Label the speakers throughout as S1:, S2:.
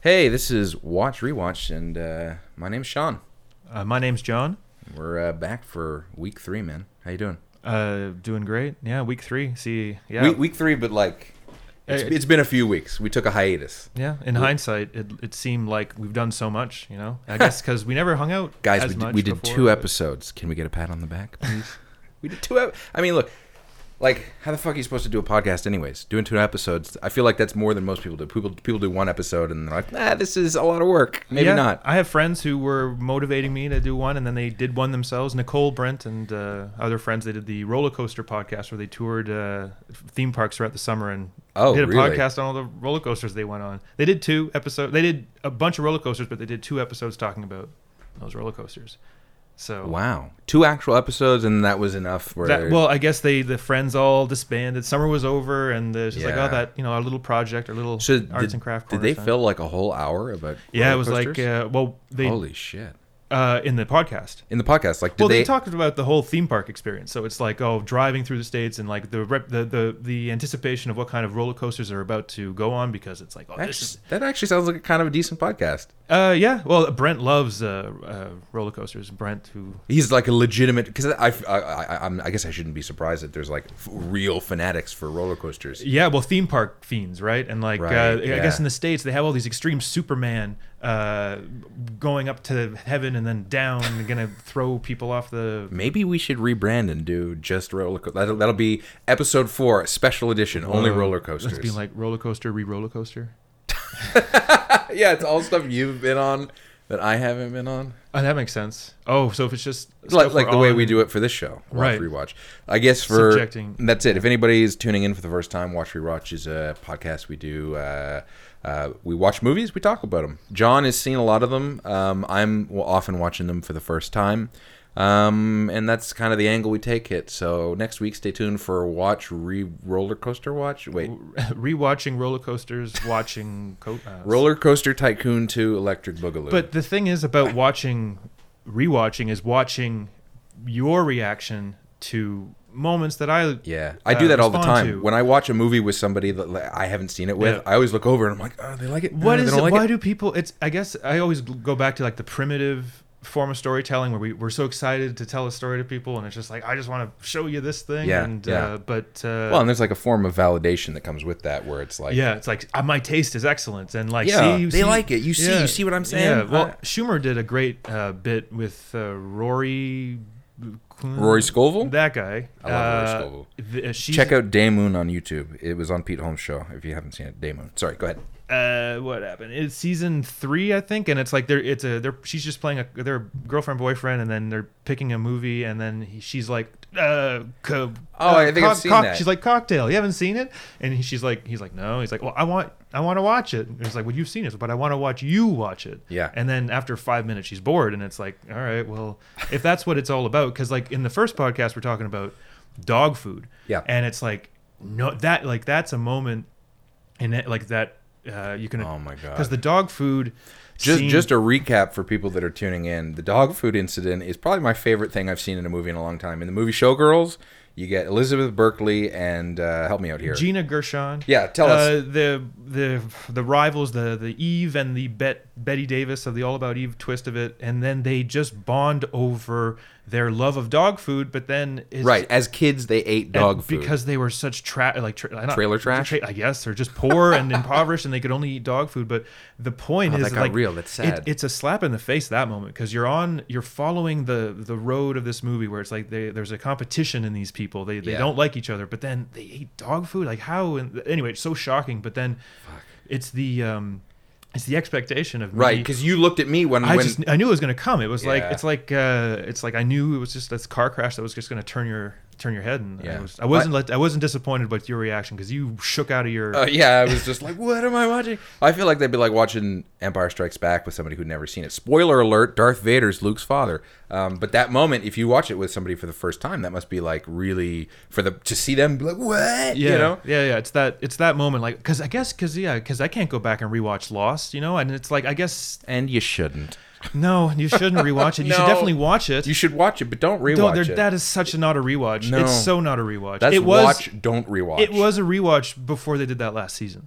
S1: Hey, this is Watch Rewatch, and uh, my name's Sean.
S2: Uh, my name's John.
S1: We're uh, back for week three, man. How you doing?
S2: Uh, doing great. Yeah, week three. See, yeah,
S1: Week, week three, but like, it's,
S2: Uh,
S1: it's been a few weeks. We took a hiatus,
S2: yeah. In hindsight, it, it seemed like we've done so much. You know, I guess because we never hung out.
S1: guys.
S2: as
S1: We did,
S2: much
S1: we did
S2: before,
S1: two
S2: but-
S1: episodes. Can we get a pat on the back, please? we did two. Ep- I mean, look, like, how the fuck are you supposed to do a podcast, anyways? Doing two episodes, I feel like that's more than most people do. People people do one episode, and they're like, nah, this is a lot of work. Maybe
S2: Yeah,
S1: not.
S2: I have friends who were motivating me to do one, and then they did one themselves. Nicole Brent and uh, other friends. They did the roller coaster podcast where they toured uh, theme parks throughout the summer and
S1: Oh,
S2: did a
S1: really?
S2: podcast on all the roller coasters they went on. They did two episodes. They did a bunch of roller coasters, but they did two episodes talking about those roller coasters. So
S1: Wow, two actual episodes, and that was enough. Where
S2: That, well, I guess they the friends all disbanded. Summer was over, and it's just
S1: Yeah.
S2: like, oh, that you know, our little project, our little
S1: So
S2: arts
S1: did-
S2: and craft.
S1: Did
S2: corner
S1: they
S2: thing.
S1: fill like a whole hour about?
S2: Yeah,
S1: roller
S2: it was like,
S1: coasters?
S2: uh, well, they
S1: holy shit.
S2: uh, in the podcast.
S1: in the podcast. Like, did
S2: well, they,
S1: they,
S2: talked about the whole theme park experience. So it's like, oh, driving through the states and like the rep, the, the the anticipation of what kind of roller coasters are about to go on because it's like, oh, this
S1: Actually,
S2: is
S1: that actually sounds like a kind of a decent podcast.
S2: uh, yeah. Well, Brent loves uh, uh, roller coasters. Brent, who
S1: He's like a legitimate because I, I, I, I'm, I guess I shouldn't be surprised that there's like f- real fanatics for roller coasters.
S2: Yeah, well, theme park fiends, right? And like,
S1: Right,
S2: uh, I
S1: yeah.
S2: guess in the states they have all these extreme Superman uh, going up to heaven and then down, and gonna throw people off the.
S1: Maybe we should rebrand and do just roller coaster. That'll, that'll be episode four, special edition, only
S2: Uh,
S1: roller coasters.
S2: Let's be like roller coaster, re roller coaster.
S1: yeah, it's all stuff you've been on that I haven't been on.
S2: Oh, that makes sense. Oh, so if it's just
S1: like
S2: stuff
S1: like
S2: we're
S1: the way
S2: on-
S1: we do it for this show, watch
S2: Right.
S1: rewatch. I guess for
S2: Subjecting-
S1: that's it. If anybody is tuning in for the first time, watch rewatch is a podcast we do. Uh, uh, we watch movies, we talk about them. John has seen a lot of them. Um, I'm w- often watching them for the first time, um, and that's kind of the angle we take it. So next week, stay tuned for watch re roller coaster watch. Wait,
S2: rewatching roller coasters, watching co- uh,
S1: roller coaster tycoon two, electric boogaloo.
S2: But the thing is about watching, rewatching is watching your reaction to moments that I
S1: Yeah, I
S2: uh,
S1: do that all the
S2: respond
S1: time.
S2: to.
S1: When I watch a movie with somebody that like, I haven't seen it with,
S2: Yeah.
S1: I always look over and I'm like, "Oh, they like it."
S2: What
S1: No,
S2: is
S1: they don't
S2: it?
S1: like
S2: why do people? It's. I guess I always go back to like the primitive form of storytelling where we, we're so excited to tell a story to people, and it's just like I just want to show you this thing.
S1: Yeah,
S2: And,
S1: yeah.
S2: Uh, but uh,
S1: Well, and there's like a form of validation that comes with that, where it's like,
S2: yeah, it's like uh, my taste is excellent, and like
S1: Yeah,
S2: see, you
S1: they
S2: see-
S1: like it. You see- you see what I'm saying?
S2: Yeah. Well,
S1: I-
S2: Schumer did a great uh, bit with uh, Rory.
S1: Rory Scovel.
S2: That guy.
S1: I love Rory
S2: Uh,
S1: Scovel.
S2: th- uh, she's-
S1: Check out Day Moon on YouTube. It was on Pete Holmes' show. If you haven't seen it, Day Moon. Sorry, go ahead.
S2: uh what happened it's season three i think and it's like they're it's a they're she's just playing a their girlfriend boyfriend and then they're picking a movie and then he, she's like uh co-
S1: Oh, I
S2: uh,
S1: think I've seen that.
S2: she's like cocktail you haven't seen it and he- she's like he's like no he's like well i want i want to watch it and he's like well you've seen it but i want to watch you watch it
S1: Yeah.
S2: and then after five minutes she's bored and it's like all right well if that's what it's all about because like in the first podcast we're talking about dog food
S1: Yeah.
S2: and it's like no that like that's a moment and it, like that uh, you can
S1: Oh my God.
S2: because the dog food
S1: Just
S2: scene-
S1: just a recap for people that are tuning in. The dog food incident is probably my favorite thing I've seen in a movie in a long time. In the movie Showgirls, you get Elizabeth Berkley and uh, help me out here.
S2: Gina Gershon
S1: Yeah, tell us.
S2: uh, the the the rivals the the Eve and the Bet Betty Davis of the All About Eve twist of it and then they just bond over their love of dog food but then it's,
S1: right, as kids they ate
S2: and
S1: dog food.
S2: because they were such tra- like tra- not-
S1: Trailer trash?
S2: tra- I guess they're just poor and impoverished, and they could only eat dog food. But the point
S1: Oh,
S2: is
S1: that got
S2: like
S1: real. That's
S2: it-
S1: sad.
S2: it's a slap in the face that moment because you're on you're following the the road of this movie where it's like they, there's a competition in these people. They they
S1: Yeah.
S2: don't like each other, but then they ate dog food. Like how? And anyway, it's so shocking. But then it's the um it's the expectation of me-
S1: right, because you looked at me when
S2: I
S1: when
S2: just I knew it was gonna come. It was like
S1: Yeah.
S2: it's like uh, it's like I knew it was just this car crash that was just gonna turn your turn your head, and
S1: Yeah.
S2: I, was, I wasn't let, I wasn't disappointed with your reaction because you shook out of your.
S1: Uh, yeah, I was just like, what am I watching? I feel like they'd be like watching Empire Strikes Back with somebody who'd never seen it. Spoiler alert: Darth Vader's Luke's father. Um, but that moment, if you watch it with somebody for the first time, that must be like really for the to see them be like, what?
S2: yeah,
S1: You know?
S2: yeah, yeah. It's that, it's that moment, like, cause I guess, cause yeah, cause I can't go back and rewatch Lost, you know, and it's like, I guess,
S1: And you shouldn't.
S2: no, you shouldn't rewatch it. You
S1: No.
S2: should definitely watch it.
S1: You should watch it, but don't rewatch
S2: Don't- there-
S1: it.
S2: That is such a not a rewatch.
S1: No.
S2: It's so not a rewatch.
S1: That's
S2: it was,
S1: watch, don't rewatch.
S2: it was a rewatch before they did that last season.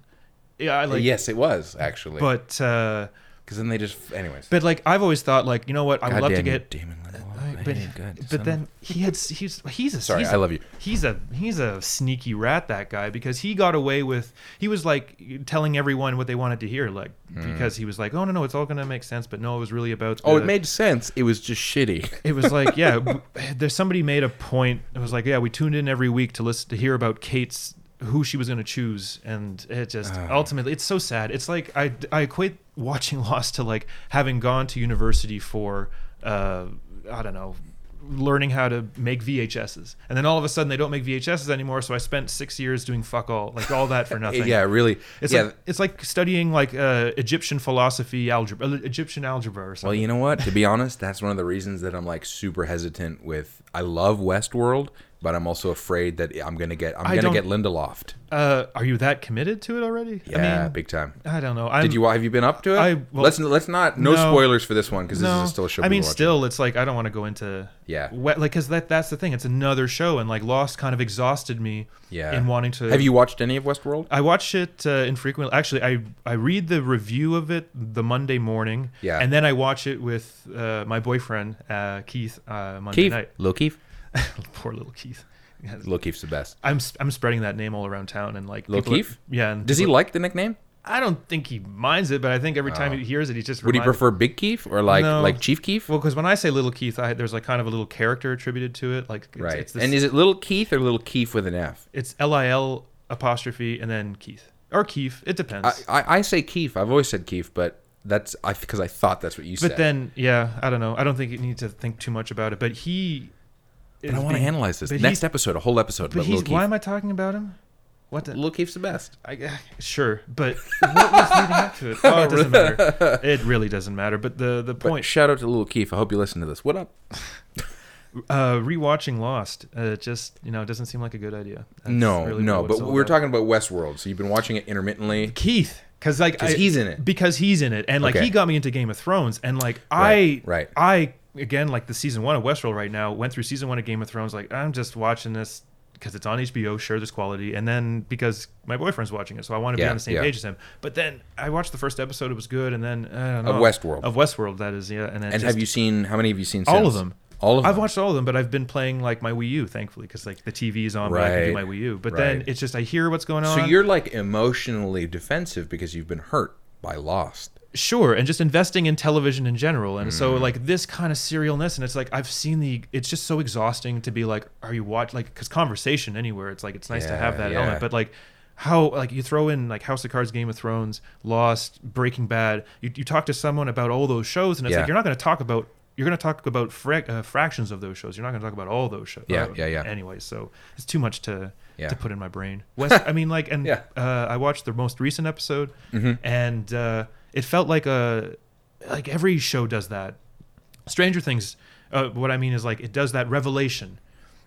S2: yeah, I like.
S1: yes, it was actually.
S2: But uh,
S1: because then they just, anyways.
S2: but like I've always thought like you know what I would
S1: God
S2: love
S1: damn
S2: to
S1: you,
S2: get.
S1: Damon Lindelof. I
S2: I-
S1: hate
S2: But,
S1: him. God, son
S2: but
S1: of
S2: then he had s- he's he's a
S1: Sorry,
S2: he's
S1: I
S2: a-
S1: love you.
S2: He's a he's a sneaky rat that guy because he got away with he was like telling everyone what they wanted to hear like because he was like oh no no it's all gonna make sense but no it was really about
S1: a- Hmm. oh, it
S2: the-
S1: made sense. It was just shitty.
S2: it was like yeah w- there's somebody made a point it was like yeah we tuned in every week to listen to hear about kate's who she was going to choose and it just
S1: Ah.
S2: ultimately it's so sad it's like i i equate watching lost to like having gone to university for uh i don't know learning how to make vhs's and then all of a sudden they don't make vhs's anymore so i spent six years doing fuck all like all that for nothing
S1: yeah, really.
S2: it's
S1: yeah.
S2: like it's like studying like uh, Egyptian philosophy, algebra, Egyptian algebra or something.
S1: well, you know what? To be honest, that's one of the reasons that I'm like super hesitant with. I love Westworld, but I'm also afraid that I'm gonna get. I'm
S2: I
S1: gonna
S2: don't-
S1: get Lindelof.
S2: Uh, are you that committed to it already?
S1: Yeah,
S2: I mean,
S1: big time.
S2: I don't know. I'm,
S1: Did you have you been up to it?
S2: I- well,
S1: let's let's not no,
S2: no.
S1: spoilers for this one because
S2: No,
S1: this is still a show.
S2: I
S1: we
S2: mean,
S1: watch.
S2: still, it's like I don't want to go into
S1: Yeah.
S2: wet, like because that that's the thing. It's another show, and like Lost kind of exhausted me.
S1: Yeah.
S2: in wanting to.
S1: Have you watched any of Westworld?
S2: I watch it uh, infrequently. Actually, I I read the review of it the Monday morning.
S1: Yeah.
S2: and then I watch it with uh, my boyfriend uh, Keith uh, Monday night.
S1: Lil Keith.
S2: Poor little Keith.
S1: Lil Keith's the best.
S2: I'm s- I'm spreading that name all around town and like
S1: Lil
S2: people are-
S1: Keith?
S2: yeah. And
S1: Does he like the nickname?
S2: I don't think he minds it, but I think every time he hears it, he's just
S1: Oh. Would he
S2: reminded-
S1: prefer Big Keith or like
S2: No.
S1: like Chief Keith?
S2: Well, because when I say little Keith, I, there's like kind of a little character attributed to it, like it's,
S1: right.
S2: It's, this,
S1: and is it Little Keith or Little Keith with an F?
S2: it's L I L apostrophe and then Keith or Keith. It depends.
S1: I, I, I say Keith. I've always said Keith, but that's I because I thought that's what you
S2: but
S1: said.
S2: then, yeah, I don't know. I don't think you need to think too much about it. But he.
S1: But I want to analyze this
S2: but
S1: next
S2: he's-
S1: episode, a whole episode
S2: But
S1: about Lil
S2: he's. Why
S1: Keith.
S2: am I talking about him? What the?
S1: Lil Keith's the best.
S2: I, uh, sure, but what was leading up to it? Oh, it doesn't matter. It really doesn't matter. But the the
S1: But
S2: point.
S1: shout out to Lil Keith. I hope you listen to this. What up?
S2: Uh, rewatching Lost, uh, just you know, it doesn't seem like a good idea. That's
S1: no,
S2: really
S1: no.
S2: what it's
S1: But
S2: all
S1: we are
S2: about.
S1: talking about Westworld, so you've been watching it intermittently.
S2: Keith, because like
S1: 'Cause
S2: I-
S1: he's in it.
S2: Because he's in it, and like
S1: Okay.
S2: he got me into Game of Thrones, and like
S1: Right,
S2: I,
S1: right.
S2: I again like the season one of Westworld right now went through season one of Game of Thrones. Like I'm just watching this because it's on HBO. Sure, there's quality, and then because my boyfriend's watching it, so I want to be
S1: Yeah,
S2: on the same
S1: yeah.
S2: page as him. But then I watched the first episode; it was good, and then I don't know,
S1: Of Westworld.
S2: of Westworld that is, yeah. And,
S1: And
S2: then just-
S1: have you seen how many have you seen?
S2: all of
S1: since?
S2: them?
S1: All of them.
S2: I've watched all of them, but I've been playing like my Wii U, thankfully, because like the TV's on, but I can do
S1: Right,
S2: my Wii U. But
S1: right.
S2: then it's just I hear what's going on.
S1: So you're like emotionally defensive because you've been hurt by Lost.
S2: sure and just investing in television in general and
S1: Mm.
S2: so like this kind of serialness and it's like i've seen the it's just so exhausting to be like are you watch like because conversation anywhere it's like it's nice to have
S1: Yeah,
S2: that
S1: yeah.
S2: element but like how like you throw in like house of cards game of thrones lost breaking bad you, you talk to someone about all those shows and it's
S1: Yeah.
S2: like you're not going to talk about you're going to talk about frac uh, fractions of those shows you're not going to talk about all those shows
S1: Yeah,
S2: uh,
S1: yeah, yeah.
S2: anyway so it's too much to
S1: Yeah.
S2: to put in my brain west i mean like and
S1: Yeah. Mm-hmm.
S2: uh, I watched the most recent episode, and uh, it felt like a like every show does that. Stranger Things. Uh, what I mean is like it does that revelation,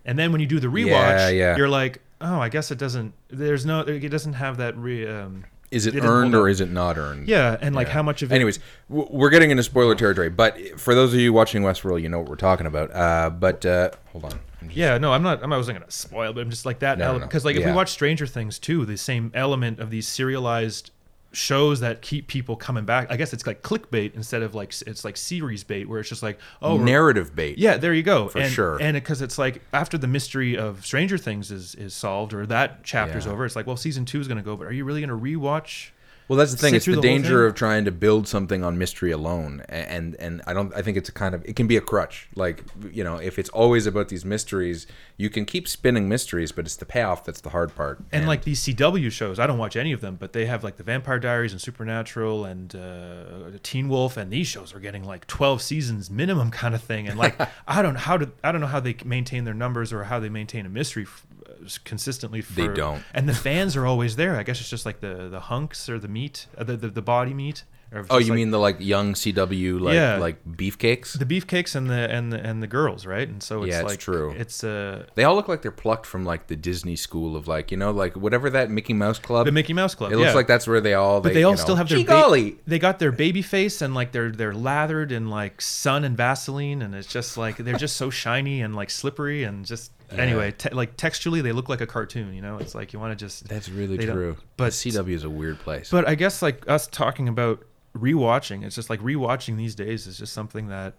S2: and then when you do the rewatch,
S1: Yeah, yeah.
S2: you're like, oh, I guess it doesn't. There's no. It doesn't have that. Re, um,
S1: Is it
S2: It didn't
S1: earned
S2: hold
S1: or is it not earned?
S2: yeah, and like how much of it?
S1: Anyways, w- we're getting into spoiler territory, but for those of you watching Westworld, you know what we're talking about. Uh, but uh, hold on.
S2: Yeah, no, I'm not. I'm- I wasn't gonna spoil, but I'm just like that
S1: No,
S2: element
S1: no,
S2: because, like, if
S1: yeah.
S2: we watch Stranger Things too, the same element of these serialized shows that keep people coming back. I guess it's like clickbait instead of like s- it's like series bait, where it's just like, oh, we're-
S1: Narrative bait.
S2: yeah, there you go. For
S1: sure.
S2: And because it's like after the mystery of Stranger Things is is solved or that chapter's
S1: Yeah.
S2: over, it's like, well, season two is gonna go, but are you really gonna rewatch?
S1: Well, that's the thing.
S2: Sit
S1: It's
S2: through
S1: the,
S2: the whole
S1: danger
S2: thing?
S1: of trying to build something on mystery alone, A- and and I don't. I think it's a kind of it can be a crutch. Like you know, if it's always about these mysteries, you can keep spinning mysteries, but it's the payoff that's the hard part.
S2: And like these CW shows, I don't watch any of them, but they have like the Vampire Diaries and Supernatural and uh, Teen Wolf, and these shows are getting like twelve seasons minimum kind of thing. And like I don't how do I don't know how they maintain their numbers or how they maintain a mystery f- uh, consistently. For,
S1: They don't.
S2: And the fans are always there. I guess it's just like the the hunks or the meat, uh, the, the the body meat. Or
S1: oh,
S2: just,
S1: you
S2: like,
S1: mean the like young CW like
S2: Yeah.
S1: like beefcakes?
S2: the beefcakes and the and the and the girls, right? And so it's
S1: Yeah, it's
S2: like
S1: true.
S2: It's uh,
S1: They all look like they're plucked from like the Disney school of like you know like whatever that Mickey Mouse club.
S2: the Mickey Mouse Club.
S1: it looks
S2: yeah.
S1: like that's where they all.
S2: But they all
S1: you know,
S2: still have their
S1: "Gee
S2: ba-
S1: golly!"
S2: they got their baby face and like they're they're lathered in like sun and Vaseline and it's just like they're just so shiny and like slippery and just Anyway, te- like textually, they look like a cartoon. You know, it's like you want to just.
S1: That's really
S2: They don't-
S1: true.
S2: but-
S1: CW is a weird place.
S2: But I guess like us talking about rewatching, it's just like rewatching these days is just something that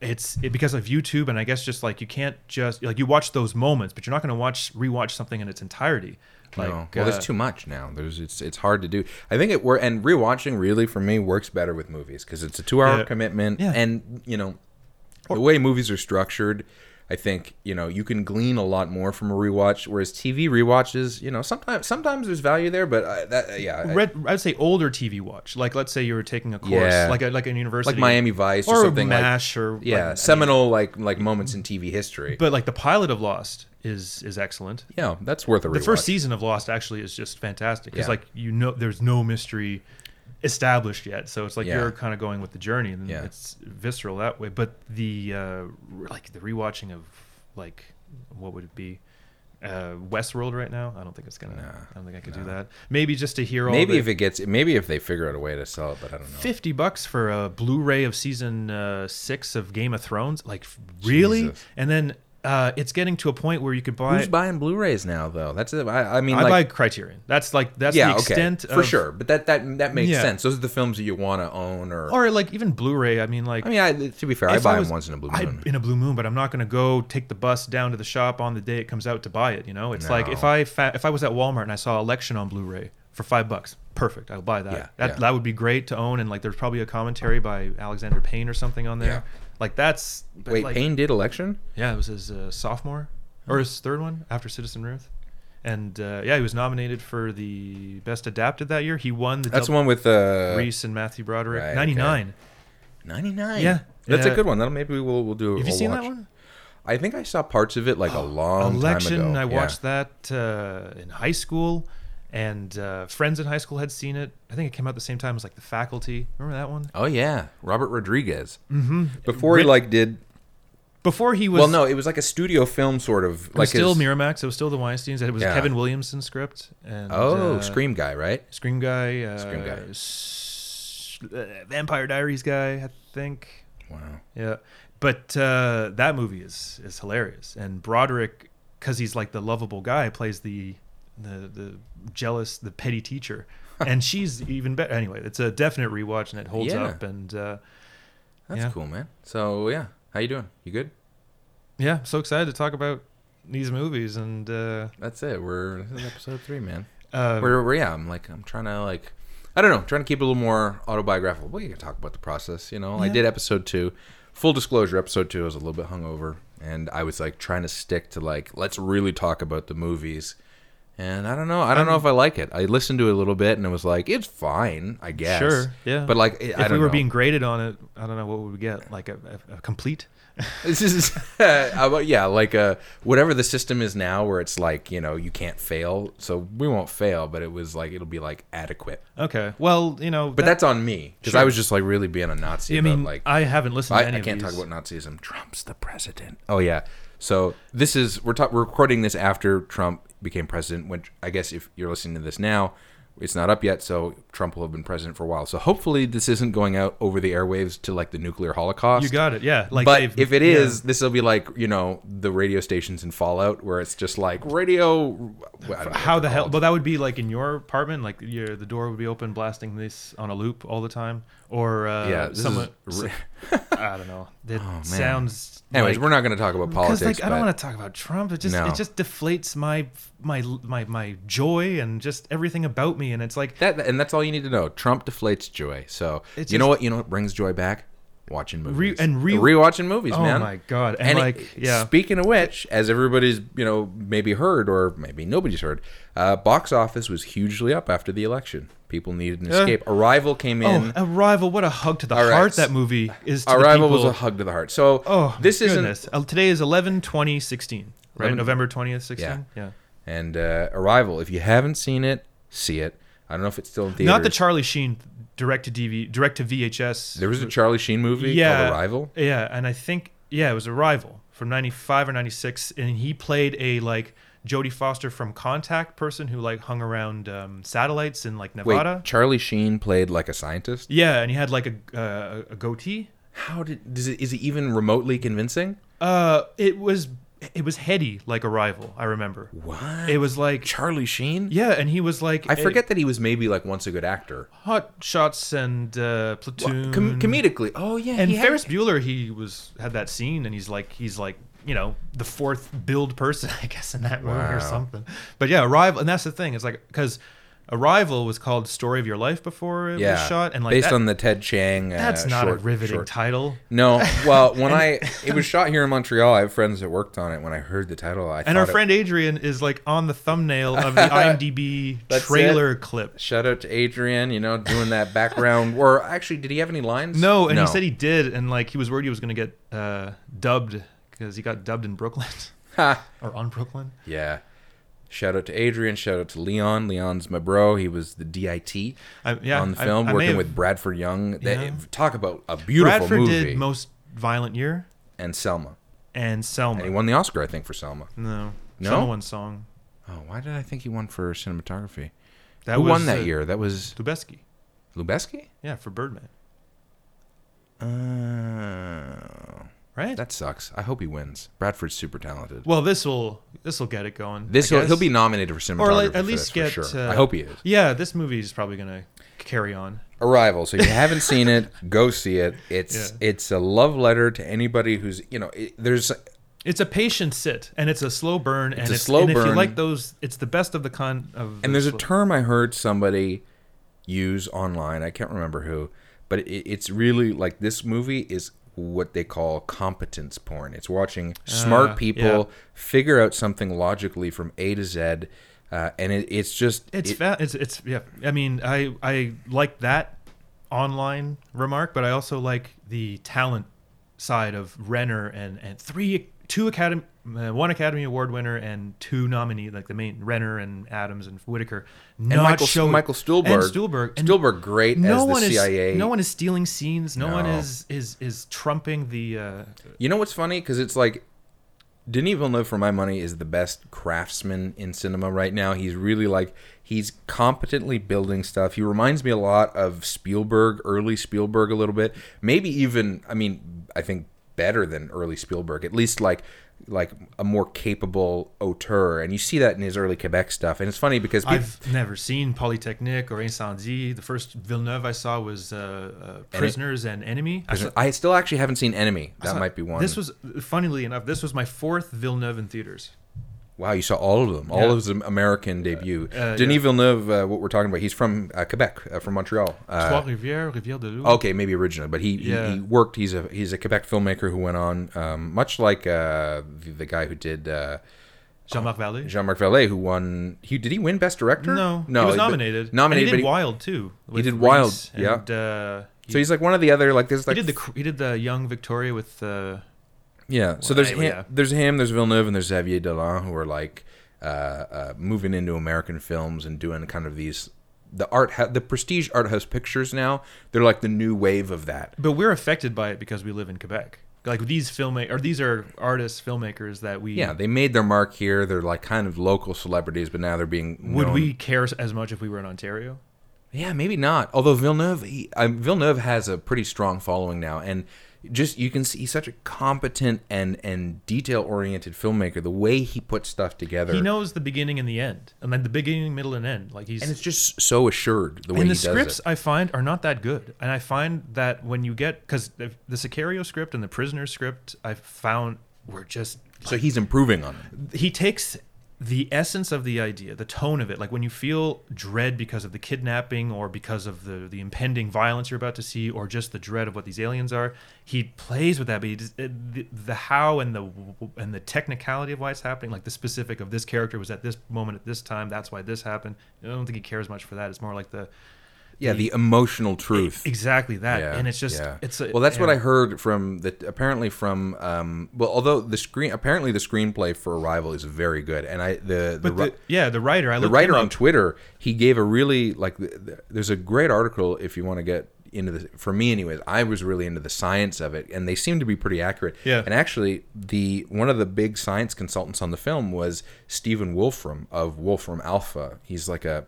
S2: it's it, because of YouTube, and I guess just like you can't just like you watch those moments, but you're not going to watch rewatch something in its entirety. Like,
S1: no. Well,
S2: uh,
S1: there's too much now. There's it's it's hard to do. I think it were and rewatching really for me works better with movies because it's a two hour
S2: Yeah.
S1: commitment
S2: Yeah.
S1: and you know the way movies are structured. I think you know you can glean a lot more from a rewatch, whereas TV rewatches, you know, sometimes sometimes there's value there, but I, that uh, yeah, I-
S2: Red, I'd say older TV watch. Like, let's say you were taking a course,
S1: Yeah.
S2: like a, like an university,
S1: like Miami Vice or,
S2: or,
S1: something like
S2: Mash, or
S1: yeah,
S2: like-
S1: seminal like like moments in TV history.
S2: But like the pilot of Lost is is excellent.
S1: yeah, that's worth a rewatch.
S2: The first season of Lost actually is just fantastic because
S1: Yeah.
S2: like you know there's no mystery established yet, so it's like
S1: Yeah.
S2: you're kind of going with the journey and
S1: Yeah.
S2: it's visceral that way. But the uh, r- like the rewatching of like what would it be? Uh, Westworld right now. I don't think it's gonna. I don't think I could do that. Maybe just to hear all.
S1: maybe
S2: the,
S1: if it gets maybe if they figure out a way to sell it, but I don't know.
S2: 50 bucks for a Blu-ray of season uh, six of Game of Thrones? Like, f- really?
S1: Jesus.
S2: And then uh, it's getting to a point where you could buy.
S1: Who's buying Blu-rays now though? That's it. I, I mean,
S2: I
S1: like,
S2: buy Criterion. That's like that's
S1: yeah,
S2: the extent
S1: okay, for
S2: of,
S1: sure. But that that that makes
S2: Yeah.
S1: sense. Those are the films that you want to own, or,
S2: Or like even Blu-ray. I mean, like
S1: I mean, I, to be fair, I
S2: if
S1: buy
S2: was-
S1: them once in a blue
S2: I-
S1: moon.
S2: in a blue moon, but I'm not going to go take the bus down to the shop on the day it comes out to buy it. You know, it's like if
S1: No.
S2: I fa- if I was at Walmart and I saw Election on Blu-ray for five bucks, perfect. I'll buy that.
S1: Yeah,
S2: that
S1: yeah.
S2: that would be great to own. And like, there's probably a commentary by Alexander Payne or something on there.
S1: Yeah.
S2: Like that's but,
S1: Wait,
S2: like,
S1: Payne did election?
S2: Yeah, it was his uh, sophomore or his third one after Citizen Ruth. And uh, yeah, he was nominated for the best adapted that year. He won the
S1: That's the
S2: double-
S1: one with uh,
S2: Reese and Matthew Broderick.
S1: Right, okay.
S2: 99.
S1: 99.
S2: Yeah.
S1: that's
S2: Yeah.
S1: a good one. That'll maybe we will we'll do. a-
S2: Have you
S1: we'll
S2: seen
S1: watch.
S2: that one? Oh,
S1: I think I saw parts of it like a long
S2: Election.
S1: time ago.
S2: I
S1: Yeah.
S2: watched that uh, in high school, and uh, friends in high school had seen it. I think it came out the same time as like The Faculty. Remember that one?
S1: Oh yeah, Robert Rodriguez. Mm-hmm. Before he like did.
S2: Before he was
S1: Well, no, it was like a studio film sort of
S2: it was
S1: like
S2: still
S1: his-
S2: Miramax. It was still the Weinstein's. and It was
S1: Yeah.
S2: Kevin Williamson script. And,
S1: Oh,
S2: uh,
S1: Scream guy, right?
S2: Scream guy. Uh,
S1: Scream guy.
S2: s- uh, Vampire Diaries guy. I think.
S1: Wow.
S2: Yeah, but uh, that movie is is hilarious, and Broderick, because he's like the lovable guy, plays the the the jealous, the petty teacher, and she's even better. Anyway, it's a definite rewatch, and it holds
S1: Yeah.
S2: up. And uh,
S1: That's
S2: Yeah.
S1: cool, man. So yeah, how you doing? You good?
S2: yeah, so excited to talk about these movies, and uh,
S1: That's it. We're this is episode three, man.
S2: uh,
S1: We're, we're yeah. I'm like I'm trying to like I don't know. Trying to keep it a little more autobiographical. We can talk about the process. You know, I
S2: Yeah.
S1: did episode two. Full disclosure, episode two I was a little bit hungover, and I was like trying to stick to like let's really talk about the movies. And I don't know. I don't know if I like it. I listened to it a little bit, and it was like it's fine, I guess.
S2: Sure, yeah.
S1: But like, it,
S2: if
S1: I don't
S2: we were
S1: know.
S2: being graded on it, I don't know what would we get. Like a, a, a complete.
S1: This is uh, well, yeah, like uh, whatever the system is now, where it's like you know you can't fail, so we won't fail, but it was like it'll be like adequate.
S2: Okay, well, you know,
S1: But that's on me because I
S2: Sure.
S1: was just like really being a Nazi.
S2: I
S1: about,
S2: mean,
S1: like I,
S2: I haven't listened to any
S1: I
S2: of
S1: can't
S2: these.
S1: talk about Nazism. Trump's the president. Oh yeah. So this is we're, ta- we're recording this after Trump became president. Which I guess if you're listening to this now, it's not up yet. So Trump will have been president for a while. So hopefully this isn't going out over the airwaves to like the nuclear holocaust
S2: You got it, yeah. Like,
S1: but
S2: they've-
S1: if it
S2: yeah.
S1: is, this will be like you know the radio stations in Fallout, where it's just like radio. well, I don't know what
S2: How the
S1: they're
S2: hell?
S1: called.
S2: Well, that would be like in your apartment, like your, the door would be open, blasting this on a loop all the time, or uh,
S1: Yeah, this
S2: someone.
S1: is re- Oh,
S2: so- I don't know. That sounds.
S1: Anyways,
S2: like,
S1: we're not going to talk about
S2: because
S1: politics.
S2: like I don't
S1: but-
S2: want to talk about Trump. It just
S1: No.
S2: it just deflates my my my my joy and just everything about me, and it's like
S1: that, and that's all you need to know. Trump deflates joy. So
S2: It's
S1: you know
S2: just-
S1: what? You know what brings joy back? Watching movies
S2: and re-
S1: rewatching movies,
S2: Oh
S1: man.
S2: my God. And,
S1: it-
S2: like, yeah.
S1: Speaking of which, as everybody's you know maybe heard or maybe nobody's heard, uh, box office was hugely up after the election. People needed an
S2: Yeah.
S1: escape. Arrival came in.
S2: Eh. oh, Arrival. What a hug to the
S1: All right.
S2: heart that movie is. To the
S1: Arrival was
S2: people.
S1: a hug to the heart. So
S2: Oh,
S1: this
S2: my
S1: isn't
S2: goodness. Uh, today is 11 20 16 right
S1: 11
S2: November 20th 16
S1: Yeah.
S2: yeah.
S1: and uh, Arrival. If you haven't seen it, see it. I don't know if it's still in theaters.
S2: Not the Charlie Sheen direct to DV direct to VHS.
S1: there was a Charlie Sheen movie
S2: yeah,
S1: called Arrival.
S2: Yeah, and I think yeah, it was Arrival from '95 or '96, and he played a like Jodie Foster from Contact person who like hung around um, satellites in like
S1: Wait,
S2: Nevada.
S1: Charlie Sheen played like a scientist.
S2: Yeah, and he had like a uh, a goatee.
S1: How did does it, is it even remotely convincing?
S2: Uh, it was it was heady like Arrival. I remember
S1: What?
S2: it was like
S1: Charlie Sheen?
S2: yeah, and he was like
S1: I forget that he was maybe like once a good actor.
S2: eh, Hot Shots and uh, Platoon
S1: Com- comedically. Oh yeah.
S2: and
S1: he had-
S2: Ferris Bueller. He was had that scene and he's like he's like you know the fourth build person I guess in that movie
S1: Wow.
S2: or something. But yeah, Arrival and that's the thing. It's like because Arrival was called Story of Your Life before it was
S1: yeah.
S2: shot and like
S1: based
S2: that-
S1: on the Ted Chang. uh,
S2: that's not
S1: short-
S2: a riveting
S1: short-
S2: title.
S1: No, well, when I it was shot here in Montreal, I have friends that worked on it. When I heard the title, I
S2: And our
S1: thought it-
S2: friend Adrian is like on the thumbnail of the IMDb
S1: That's it.
S2: trailer clip.
S1: shout out to Adrian, you know, doing that background. or actually, did he have any lines?
S2: No, and he said he did, and like he was worried he was gonna get uh, dubbed because he got dubbed in Brooklyn
S1: Ha.
S2: or on Brooklyn.
S1: Yeah. Shout out to Adrian. Shout out to Leon. Leon's my bro. He was the DIT
S2: I, yeah,
S1: on the
S2: I-
S1: film,
S2: I may
S1: working
S2: have-
S1: with Bradford Young. They,
S2: Yeah.
S1: Talk about a beautiful
S2: Bradford
S1: movie.
S2: did most violent year
S1: and Selma.
S2: and
S1: And he
S2: Selma.
S1: won the Oscar, I think, for Selma.
S2: no,
S1: No?
S2: Selma one song.
S1: Oh, why did I think he won for cinematography?
S2: That
S1: Who
S2: was,
S1: won that
S2: uh,
S1: year? That was
S2: Lubeski.
S1: Lubeski.
S2: Yeah, for Birdman.
S1: Oh,
S2: Right.
S1: that sucks. I hope he wins. Bradford's super talented.
S2: well, this will this will get it going.
S1: this
S2: I
S1: he'll, he'll
S2: guess.
S1: be nominated for cinematography.
S2: or like,
S1: for
S2: at least
S1: this,
S2: get.
S1: for sure.
S2: uh,
S1: I hope he is.
S2: Yeah, this movie is probably gonna carry on.
S1: Arrival. So if you haven't seen it, go see it. It's
S2: Yeah.
S1: it's a love letter to anybody who's you know. It, there's
S2: It's a patient sit, and it's a slow burn, and
S1: a
S2: it's
S1: slow
S2: and If you
S1: burn.
S2: like those, it's the best of the con of.
S1: and
S2: the
S1: there's a
S2: slow-
S1: term I heard somebody use online. I can't remember who, but it, it's really like this movie is what they call competence porn. It's watching smart
S2: Ah,
S1: people
S2: yeah.
S1: figure out something logically from A to Z, uh, and it, it's just
S2: It's
S1: it-
S2: fa- it's it's yeah. I mean, I I like that online remark, but I also like the talent side of Renner and and three two academy uh, one Academy Award winner and two nominee like the main Renner and Adams and Whitaker.
S1: and
S2: not
S1: Michael
S2: showed-
S1: Michael Stuhlbarg.
S2: and Stuhlberg and
S1: Stuhlbarg, great
S2: no
S1: as the
S2: one is
S1: CIA.
S2: no one is stealing scenes. No, one
S1: No.
S2: is is is trumping the. Uh,
S1: You know what's funny? Because it's like Denis Villeneuve, for my money, is the best craftsman in cinema right now. He's really like he's competently building stuff. He reminds me a lot of Spielberg, early Spielberg, a little bit. Maybe even, I mean, I think better than early Spielberg. At least like like a more capable auteur, and you see that in his early Quebec stuff. And it's funny because people,
S2: I've never seen Polytechnique or Incendie. The first Villeneuve I saw was uh, uh, Prisoners and Enemy. I saw-
S1: I still actually haven't seen Enemy. That
S2: saw-
S1: might be one.
S2: This was, funnily enough, this was my fourth Villeneuve in theaters.
S1: Wow, you saw all of them, all
S2: Yeah.
S1: of his American debut.
S2: uh,
S1: Denis
S2: yeah.
S1: Villeneuve, uh, what we're talking about, he's from uh, Quebec, uh, from Montreal. Uh, oh,
S2: Trois Rivières, Rivière de Loup.
S1: okay, maybe originally, but he,
S2: Yeah.
S1: he, he worked. He's a he's a Quebec filmmaker who went on, um, much like uh, the, the guy who did uh,
S2: Jean-Marc Vallée.
S1: Jean-Marc Vallée, who won. He did he win Best Director?
S2: No,
S1: no,
S2: he was
S1: but-
S2: nominated.
S1: nominated. but
S2: And he
S1: he-
S2: did Wild too. with
S1: did Wild,
S2: Reese
S1: yeah.
S2: And, uh, he,
S1: so he's like one of the other like there's
S2: he
S1: like
S2: did the cr- he did the Young Victoria with. Uh,
S1: Yeah. So there's
S2: Well,
S1: him,
S2: yeah.
S1: there's him, there's Villeneuve, and there's Xavier Dolan who are like uh, uh, moving into American films and doing kind of these the art hou- the prestige art house pictures now. They're like the new wave of that.
S2: but we're affected by it because we live in Quebec. Like these filmmakers, or these are artists, filmmakers that we.
S1: Yeah, they made their mark here. They're like kind of local celebrities, but now they're being
S2: Would
S1: known-
S2: we care as much if we were in Ontario?
S1: Yeah, maybe not. Although Villeneuve, he, um, Villeneuve has a pretty strong following now, and just you can see he's such a competent and and detail oriented filmmaker. The way he puts stuff together,
S2: He knows the beginning and the end, and then the beginning, middle, and end. Like he's
S1: and it's just so assured the way
S2: and
S1: he
S2: the
S1: does it.
S2: scripts I find are not that good, and I find that when you get because the the Sicario script and the Prisoner script, I found were just
S1: So he's improving on it.
S2: he takes the essence of the idea, the tone of it, like when you feel dread because of the kidnapping or because of the the impending violence you're about to see, or just the dread of what these aliens are. He plays with that, but he just, it- the, the how and the w- and the technicality of why it's happening, like the specific of this character was at this moment at this time, that's why this happened. I don't think he cares much for that. It's more like the
S1: Yeah, the emotional truth.
S2: exactly that
S1: Yeah,
S2: and it's just
S1: yeah.
S2: it's a,
S1: well, that's what
S2: yeah.
S1: I heard from the apparently from um. Well, although the screen apparently the screenplay for Arrival is very good, and I the the,
S2: but
S1: ri-
S2: the, yeah the writer I
S1: the
S2: looked
S1: writer
S2: him
S1: on
S2: up.
S1: Twitter he gave a really like th- th- there's a great article if you want to get into the for me anyways I was really into the science of it and they seem to be pretty accurate
S2: Yeah.
S1: and actually the one of the big science consultants on the film was Stephen Wolfram of Wolfram Alpha he's like a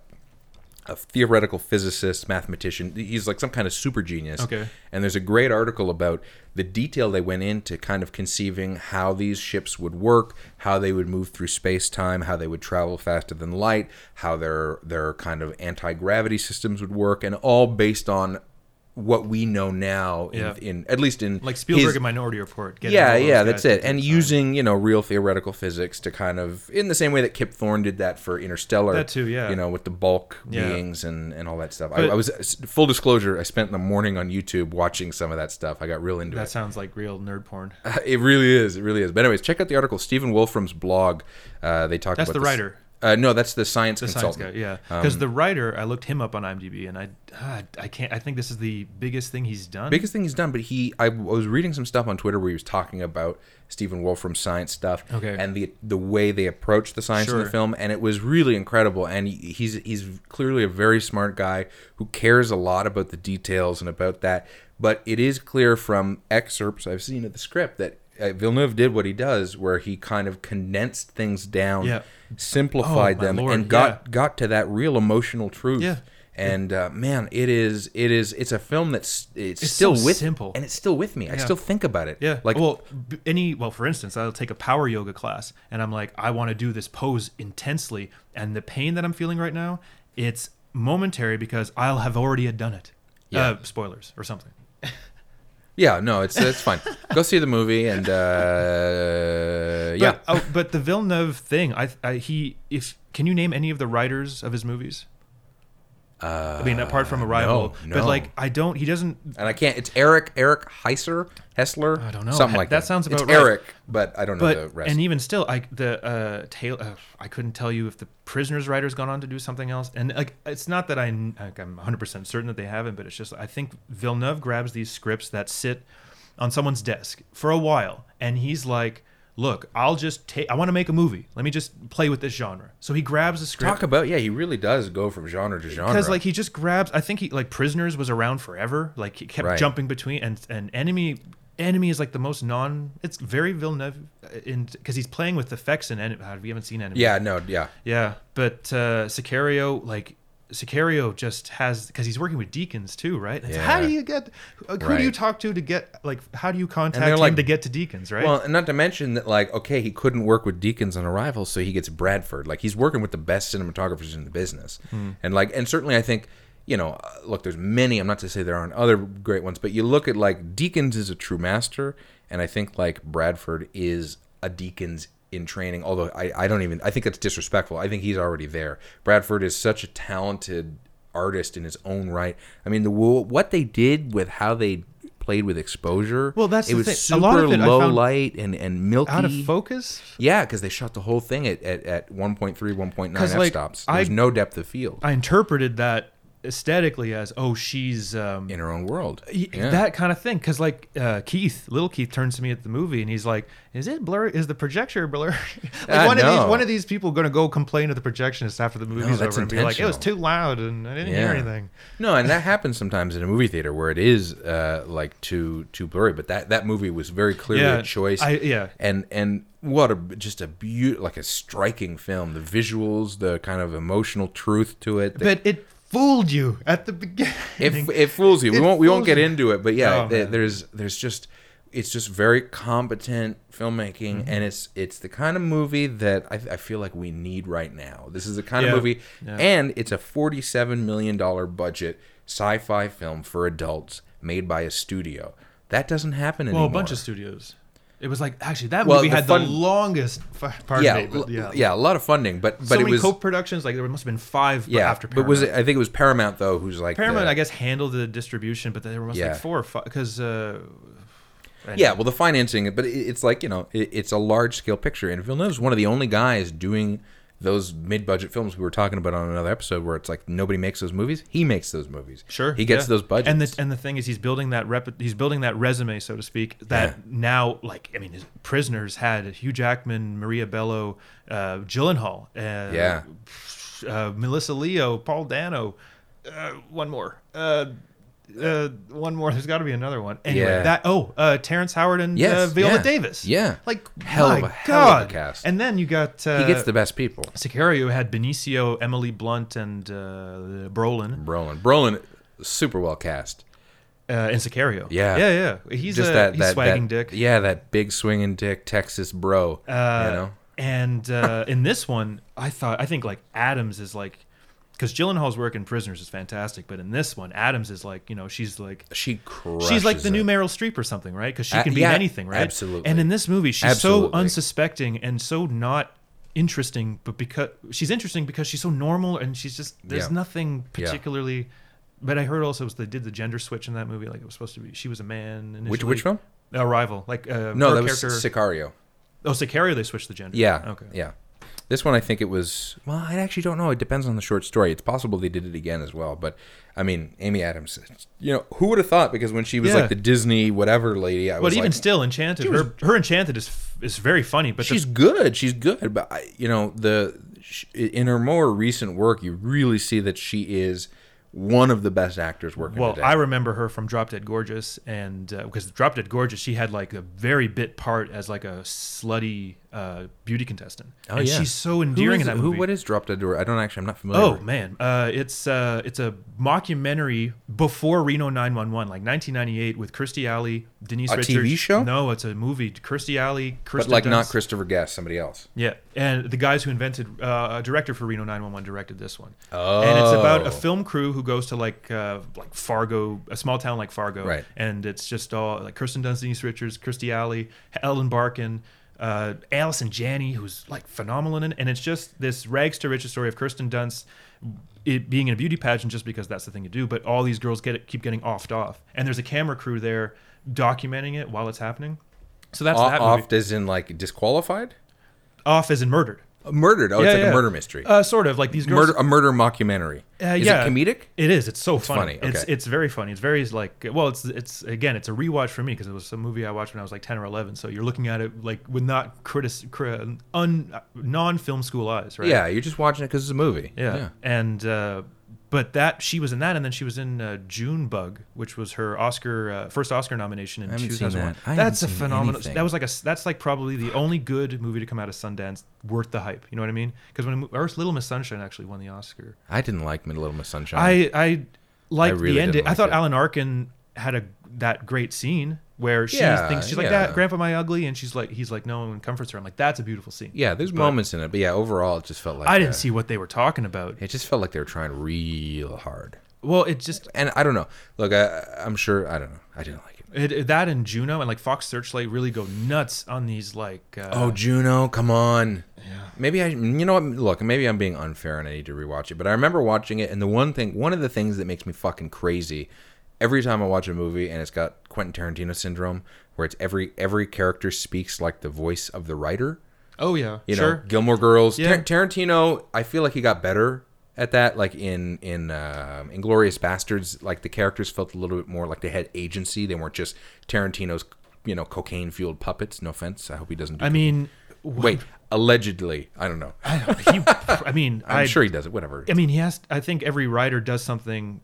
S1: a theoretical physicist, mathematician. He's like some kind of super genius.
S2: Okay.
S1: And there's a great article about the detail they went into kind of conceiving how these ships would work, how they would move through space time, how they would travel faster than light, how their their kind of anti gravity systems would work, and all based on what we know now in,
S2: Yeah.
S1: in at least in
S2: like Spielberg
S1: his-
S2: and Minority Report. getting all
S1: yeah,
S2: those
S1: yeah,
S2: guys
S1: that's
S2: at
S1: it.
S2: the
S1: And
S2: same
S1: using, you know, real theoretical physics to kind of in the same way that Kip Thorne did that for Interstellar.
S2: That too, yeah.
S1: You know, with the bulk
S2: Yeah.
S1: beings and and all that stuff. I,
S2: But-
S1: I was full disclosure, I spent the morning on YouTube watching some of that stuff. I got real into
S2: time. that
S1: it.
S2: sounds like real nerd porn.
S1: It really is. It really is. But anyways, check out the article Stephen Wolfram's blog. Uh, they talked
S2: That's
S1: about
S2: the
S1: this-
S2: writer.
S1: Uh, no, that's the science
S2: The
S1: consultant.
S2: science guy, yeah.
S1: Um,
S2: Because the writer, I looked him up on IMDb, and I, ah, I can't. I think this is the biggest thing he's done.
S1: biggest thing he's done. But he, I was reading some stuff on Twitter where he was talking about Stephen Wolfram's science stuff,
S2: Okay.
S1: and the the way they approached the science in
S2: Sure.
S1: the film, and it was really incredible. And he- he's he's clearly a very smart guy who cares a lot about the details and about that. But it is clear from excerpts I've seen of the script that. Uh, Villeneuve did what he does, where he kind of condensed things down,
S2: Yeah.
S1: simplified
S2: Oh, my
S1: them,
S2: lord,
S1: and got got to that real emotional truth.
S2: Yeah.
S1: And uh, man, it is it is it's a film that's it's,
S2: It's
S1: still
S2: so
S1: with
S2: simple.
S1: and it's still with me. I
S2: Yeah.
S1: still think about it.
S2: Yeah.
S1: like
S2: Like well, b- any well, for instance, I'll take a power yoga class, and I'm like, I want to do this pose intensely, and the pain that I'm feeling right now, it's momentary because I'll have already done it.
S1: Yeah.
S2: Uh, spoilers or something.
S1: yeah, no, it's it's fine. Go see the movie and uh,
S2: But,
S1: yeah.
S2: oh, but the Villeneuve thing, I, I he if can you name any of the writers of his movies? Uh, I mean, apart from Arrival,
S1: no.
S2: but like I don't. He doesn't.
S1: And I can't. It's Eric Eric Heiser Hessler.
S2: I don't know.
S1: Something
S2: He-
S1: like that.
S2: that sounds
S1: It's
S2: about right.
S1: Eric, but I don't know the
S2: But
S1: rest.
S2: and even still, I the uh, tale. Uh, I couldn't tell you if the prisoners writer's gone on to do something else. And like, it's not that I kn- like, I'm 100 percent certain that they haven't, but it's just I think Villeneuve grabs these scripts that sit on someone's desk for a while, and he's like, "Look, I'll just take. I want to make a movie. Let me just play with this genre." So he grabs a script.
S1: Talk about yeah, he really does go from genre to genre.
S2: because like he just grabs i think he like prisoners was around forever like he kept
S1: Right.
S2: jumping between and and enemy enemy is like the most non it's very villeneuve uh, in because he's playing with effects in enemy we haven't seen enemy
S1: yeah, no, yeah.
S2: yeah but uh sicario like sicario just has because he's working with deacons too right It's, how do
S1: Yeah.
S2: you get like, who
S1: Right.
S2: do you talk to to get like how do you contact
S1: they're
S2: him
S1: like-
S2: to get to deacons right
S1: Well, and not to mention that, like, okay, he couldn't work with Deacons on Arrival, so he gets Bradford. Like, he's working with the best cinematographers in the business,
S2: Hmm.
S1: and like, and certainly, I think, you know, uh, look, there's many. I'm not to say there aren't other great ones, but you look at like Deacons is a true master, and I think like Bradford is a Deacons in training. Although I, I don't even, I think that's disrespectful. I think he's already there. Bradford is such a talented artist in his own right. I mean, the wo- what they did with how they played with exposure
S2: Well, that's
S1: it
S2: the
S1: was
S2: thing.
S1: super
S2: A lot of it I
S1: low
S2: found
S1: light and and milky.
S2: out of focus
S1: yeah, because they shot the whole thing at at, at 1.3, 1.9 f
S2: 'Cause, like,
S1: stops.
S2: I-
S1: There's no depth of field
S2: i interpreted that aesthetically as oh she's um
S1: in her own world.
S2: Y-
S1: Yeah.
S2: that kind of thing because like uh, keith little keith turns to me at the movie and he's like is it blur is the projector blur like
S1: Ah,
S2: one of
S1: no.
S2: these one of these people gonna go complain to the projectionist after the movie's
S1: that's
S2: over and be like it was too
S1: intentional.
S2: loud and i didn't hear
S1: Yeah.
S2: anything
S1: No, and that happens sometimes in a movie theater where it is uh, like too too blurry. But that, that movie was very clearly
S2: Yeah,
S1: a choice.
S2: I- yeah.
S1: and and what a just a beaut like a striking film. The visuals, the kind of emotional truth to it. the
S2: but it fooled you at the beginning
S1: it, it fools you. We
S2: It
S1: won't we won't
S2: fools
S1: get
S2: you.
S1: into it, but yeah,
S2: Oh,
S1: th-
S2: man.
S1: there's there's just it's just very competent filmmaking,
S2: Mm-hmm.
S1: and it's it's the kind of movie that I, I feel like we need right now. This is the kind
S2: Yeah.
S1: of movie,
S2: Yeah.
S1: and it's a forty seven million dollar budget sci-fi film for adults made by a studio. That doesn't happen
S2: well
S1: anymore.
S2: a bunch of studios it was like actually that
S1: Well,
S2: movie
S1: the
S2: had the
S1: fun-
S2: longest f- pardon
S1: yeah,
S2: me, but
S1: l- yeah, a lot of funding, but but
S2: so
S1: it
S2: many
S1: was
S2: co-productions like there must have been five
S1: yeah.
S2: after
S1: but
S2: Paramount.
S1: was it? I think it was Paramount though, who's like
S2: Paramount,
S1: the-
S2: I guess, handled the distribution, but there was
S1: Yeah.
S2: like four or five because uh,
S1: Yeah, well, the financing, but it- it's like you know, it, it's a large scale picture, and Villeneuve's one of the only guys doing those mid budget films we were talking about on another episode, where it's like nobody makes those movies. He makes those movies.
S2: Sure,
S1: he gets
S2: yeah.
S1: those budgets.
S2: And the and the thing is, he's building that rep. He's building that resume, so to speak. That
S1: Yeah.
S2: now, like, I mean, his prisoners had Hugh Jackman, Maria Bello, uh, Gyllenhaal, uh,
S1: Yeah.
S2: uh, Melissa Leo, Paul Dano, uh, one more. Uh, uh, one more. There's got to be another one. Anyway,
S1: Yeah.
S2: that oh, uh, Terrence Howard and
S1: Yes,
S2: uh, Viola
S1: yeah,
S2: Davis.
S1: yeah.
S2: like
S1: Hell of
S2: my
S1: a- hell of a
S2: God.
S1: cast.
S2: And then you got uh,
S1: he gets the best people.
S2: Sicario had Benicio, Emily Blunt, and uh, Brolin
S1: Brolin. Brolin, super well cast.
S2: uh, in Sicario.
S1: Yeah.
S2: yeah, yeah. He's
S1: Just
S2: a,
S1: that
S2: he's
S1: that,
S2: swagging
S1: that-
S2: dick.
S1: Yeah, that big swinging dick Texas bro.
S2: Uh,
S1: you know.
S2: And uh, in this one, I thought I think like Adams is like because Gyllenhaal's work in Prisoners is fantastic, but in this one, Adams is like you know she's like
S1: She crushes.
S2: she's like the
S1: it.
S2: new Meryl Streep or something, right? Because she
S1: A-
S2: can be in
S1: Uh, yeah,
S2: anything, right?
S1: absolutely.
S2: And in this movie, she's so
S1: Absolutely.
S2: unsuspecting and so not interesting, but because she's interesting because she's so normal and she's just there's
S1: Yeah.
S2: nothing particularly. But I heard also was they did the gender switch in that movie, like it was supposed to be she was a man. Initially.
S1: Which which film?
S2: Arrival, like uh,
S1: No,
S2: her
S1: that was
S2: character.
S1: Sicario.
S2: Oh, Sicario, they switched the gender.
S1: Yeah.
S2: Okay.
S1: Yeah. This one, I think it was. Well, I actually don't know. It depends on the short story. It's possible they did it again as well. But I mean, Amy Adams. You know, who would have thought? Because when she was
S2: Yeah.
S1: like the Disney whatever lady, I
S2: But
S1: was
S2: even
S1: like,
S2: still, Enchanted,
S1: She was-
S2: her, her Enchanted is f- is very funny, but the-
S1: she's good. She's good. But I, you know, the sh- in her more recent work, you really see that she is one of the best actors working
S2: Well,
S1: today.
S2: I remember her from Drop Dead Gorgeous, and uh, because Drop Dead Gorgeous, she had like a very bit part as like a slutty uh, beauty contestant.
S1: Oh,
S2: and
S1: yeah.
S2: she's so
S1: Who
S2: endearing
S1: is-
S2: in that
S1: who-
S2: movie.
S1: what is Drop Dead Door? I don't actually. I'm not familiar.
S2: oh
S1: with-
S2: man, uh, it's uh, it's a mockumentary before Reno 911, like 1998, with Kirstie Alley, Denise
S1: A
S2: Richards.
S1: TV show?
S2: No, it's a movie. Kirstie Alley, Kirsten
S1: but like not
S2: Dunst.
S1: Christopher Guest, somebody else.
S2: Yeah, and the guys who invented uh, a director for Reno 911 directed this one.
S1: Oh.
S2: and it's about a film crew who goes to like uh, like Fargo, a small town like Fargo,
S1: Right.
S2: And it's just all like Kirsten Dunst, Denise Richards, Kirstie Alley, Ellen Barkin, uh, Allison Janney, who's like phenomenal in it. And it's just this rags to riches story of Kirsten Dunst. It being in a beauty pageant just because that's the thing to do, but all these girls get it, keep getting offed off, and there's a camera crew there documenting it while it's happening. So that's
S1: O-
S2: that movie.
S1: off as in like disqualified,
S2: off as in murdered.
S1: murdered. Oh, it's
S2: Yeah,
S1: like
S2: yeah.
S1: a murder mystery.
S2: Uh, sort of like these girls.
S1: murder a murder mockumentary.
S2: Uh,
S1: is
S2: yeah.
S1: it comedic?
S2: It is. It's so funny.
S1: funny, okay.
S2: It's it's very funny. It's very like well, it's it's again, it's a rewatch for me because it was a movie I watched when I was like ten or eleven. So you're looking at it like with not critic cri- un non film school eyes, right?
S1: Yeah, you're just watching it because it's a movie.
S2: yeah. And uh, but that she was in that, and then she was in uh, June Bug, which was her Oscar uh, first Oscar nomination in
S1: I haven't seen
S2: 2001.
S1: that. I haven't
S2: That's a
S1: seen
S2: phenomenal.
S1: anything.
S2: That was like a s- that's like probably the only good movie to come out of Sundance worth the hype. You know what I mean? Because when a mo- or Little Miss Sunshine actually won the Oscar.
S1: I didn't like Little Miss Sunshine.
S2: I I liked
S1: really
S2: the
S1: didn't
S2: ending. I
S1: like
S2: thought
S1: it.
S2: Alan Arkin had a that great scene where she
S1: Yeah,
S2: thinks she's like
S1: yeah.
S2: that grandpa my ugly and she's like he's like no and comforts her. I'm like that's a beautiful scene.
S1: yeah, there's moments in it, but yeah, overall, it just felt like
S2: I didn't
S1: uh,
S2: see what they were talking about.
S1: It just felt like they were trying real hard,
S2: Well, it just
S1: and I don't know. Look, I, I'm sure I don't know. I didn't like it.
S2: it, it- that and Juno and like Fox Searchlight really go nuts on these like uh,
S1: Oh, Juno, come on. Maybe I, you know what? Look, maybe I'm being unfair and I need to rewatch it. But I remember watching it, and the one thing, one of the things that makes me fucking crazy every time I watch a movie and it's got Quentin Tarantino syndrome, where it's every every character speaks like the voice of the writer.
S2: oh yeah
S1: You
S2: sure
S1: know, Gilmore Girls.
S2: Yeah.
S1: Tar- Tarantino, I feel like he got better at that. Like in in um, Inglorious Bastards, like the characters felt a little bit more like they had agency. They weren't just Tarantino's, you know, cocaine fueled puppets. No offense. I hope he doesn't. Do
S2: I mean
S1: Wait, allegedly. I don't know. I'm
S2: he, I mean I
S1: sure he does it. Whatever.
S2: I mean, he has. I think every writer does something,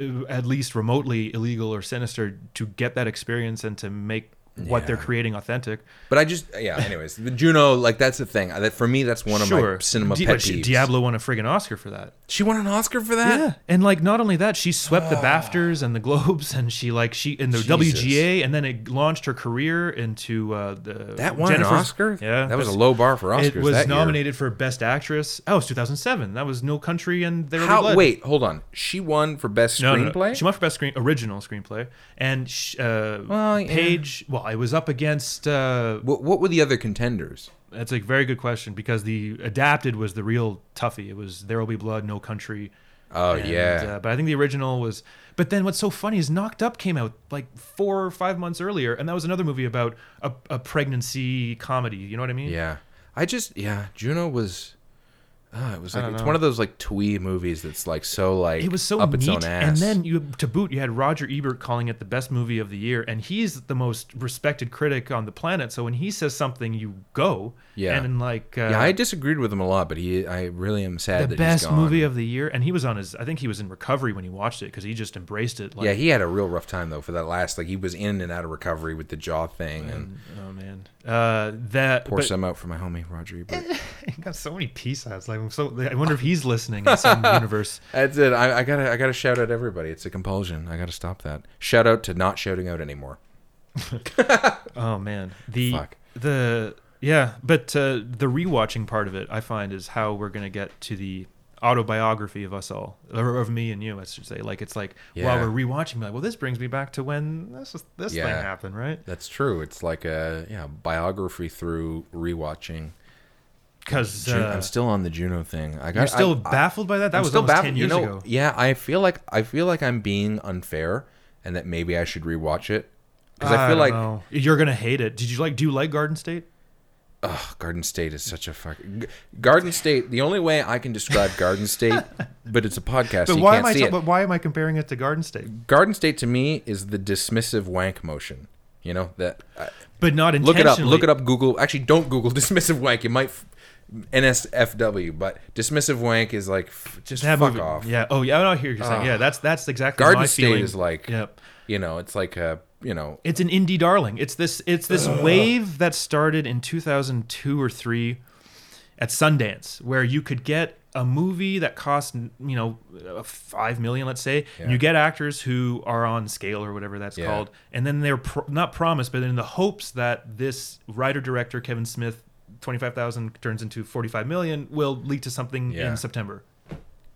S2: uh, at least remotely illegal or sinister, to get that experience and to make what they're creating authentic.
S1: But I just, yeah. Anyways, the Juno, like that's the thing. I- That for me, that's one of my cinema
S2: Di-
S1: pet
S2: but she-
S1: peeves.
S2: Diablo won a friggin' Oscar for that.
S1: She won an Oscar for that.
S2: Yeah, and like not only that, she swept the BAFTAs and the Globes, and she like she in the
S1: Jesus.
S2: WGA, and then it launched her career into uh, the
S1: That won an
S2: Jennifer's-
S1: Oscar.
S2: Yeah,
S1: that was a
S2: that's-
S1: low bar for Oscars.
S2: It was
S1: that year.
S2: nominated for Best Actress. Oh, it was 2007. That was No Country and There Will Be
S1: How?
S2: Blood.
S1: Wait, hold on. She won for best
S2: No, no, no.
S1: screenplay.
S2: She won for best screen original screenplay, and sh- uh,
S1: Well, yeah.
S2: Page. Well, it was up against. Uh,
S1: What, what were the other contenders?
S2: that's a very good question because the adapted was the real toughie. It was There Will Be Blood, No Country.
S1: Oh
S2: and,
S1: yeah,
S2: uh, but I think the original was. But then what's so funny is Knocked Up came out like four or five months earlier, and that was another movie about a, a pregnancy comedy. You know what I mean?
S1: yeah. I just yeah. Juno was. Oh, it was
S2: I
S1: like
S2: don't
S1: it's
S2: know.
S1: one of those like twee movies that's like so like
S2: It was so
S1: up
S2: neat.
S1: its own ass.
S2: And then you to boot, you had Roger Ebert calling it the best movie of the year, and he's the most respected critic on the planet. So when he says something, you go.
S1: Yeah.
S2: And in like uh,
S1: yeah, I disagreed with him a lot, but he I really am sad
S2: the
S1: that
S2: best
S1: he's gone.
S2: movie of the year, and he was on his. I think he was in recovery when he watched it because he just embraced it. Like,
S1: yeah, he had a real rough time though for that last like he was in and out of recovery with the jaw thing and
S2: Oh man. Uh, that.
S1: pour
S2: but-
S1: some out for my homie Roger Ebert.
S2: He got so many peace outs. Like, I'm so I wonder if he's listening in some universe.
S1: That's it. I, I gotta I gotta shout out everybody. It's a compulsion. I gotta stop that. Shout out to not shouting out anymore.
S2: Oh man, the
S1: Fuck.
S2: the yeah, but uh, the rewatching part of it, I find, is how we're gonna get to the autobiography of us all, or of me and you, I should say. Like, it's like
S1: Yeah.
S2: while we're rewatching, like, well, this brings me back to when this is- this thing
S1: Yeah.
S2: happened, right?
S1: That's true. It's like a yeah biography through rewatching.
S2: Because
S1: Ju-
S2: uh,
S1: I'm still on the Juno thing. I got
S2: you're still
S1: I,
S2: baffled by that. That
S1: I'm
S2: was
S1: still
S2: almost
S1: baffled.
S2: ten
S1: you
S2: years
S1: know,
S2: ago.
S1: yeah, I feel like I feel like I'm being unfair, and that maybe I should rewatch it because I, feel
S2: don't
S1: like
S2: know. you're gonna hate it. Did you like? Do you like Garden State?
S1: ugh, Garden State is such a fucking G- Garden State. The only way I can describe Garden State, but it's a podcast. so
S2: But
S1: you
S2: why
S1: can't
S2: am I?
S1: see
S2: ta-
S1: it.
S2: but why am I comparing it to Garden State?
S1: Garden State to me is the dismissive wank motion. You know that. I,
S2: But not
S1: look
S2: intentionally.
S1: it up. Look it up. Google. Actually, don't Google dismissive wank. You might f- NSFW, but dismissive wank is like f- just
S2: That
S1: fuck
S2: movie-
S1: off.
S2: Yeah. Oh, yeah. I know what you're saying.
S1: Ugh.
S2: Yeah, that's that's exactly
S1: Garden
S2: my
S1: State
S2: feeling.
S1: is like,
S2: Yep.
S1: you know, it's like a, you know,
S2: It's an indie darling. It's this it's this wave that started in 2002 or 3 at Sundance where you could get a movie that cost, you know, uh, 5 million let's say, and
S1: Yeah.
S2: you get actors who are on scale or whatever that's
S1: Yeah.
S2: called, and then they're pro- not promised but in the hopes that this writer director Kevin Smith 25,000 turns into 45 million will lead to something
S1: Yeah.
S2: in September.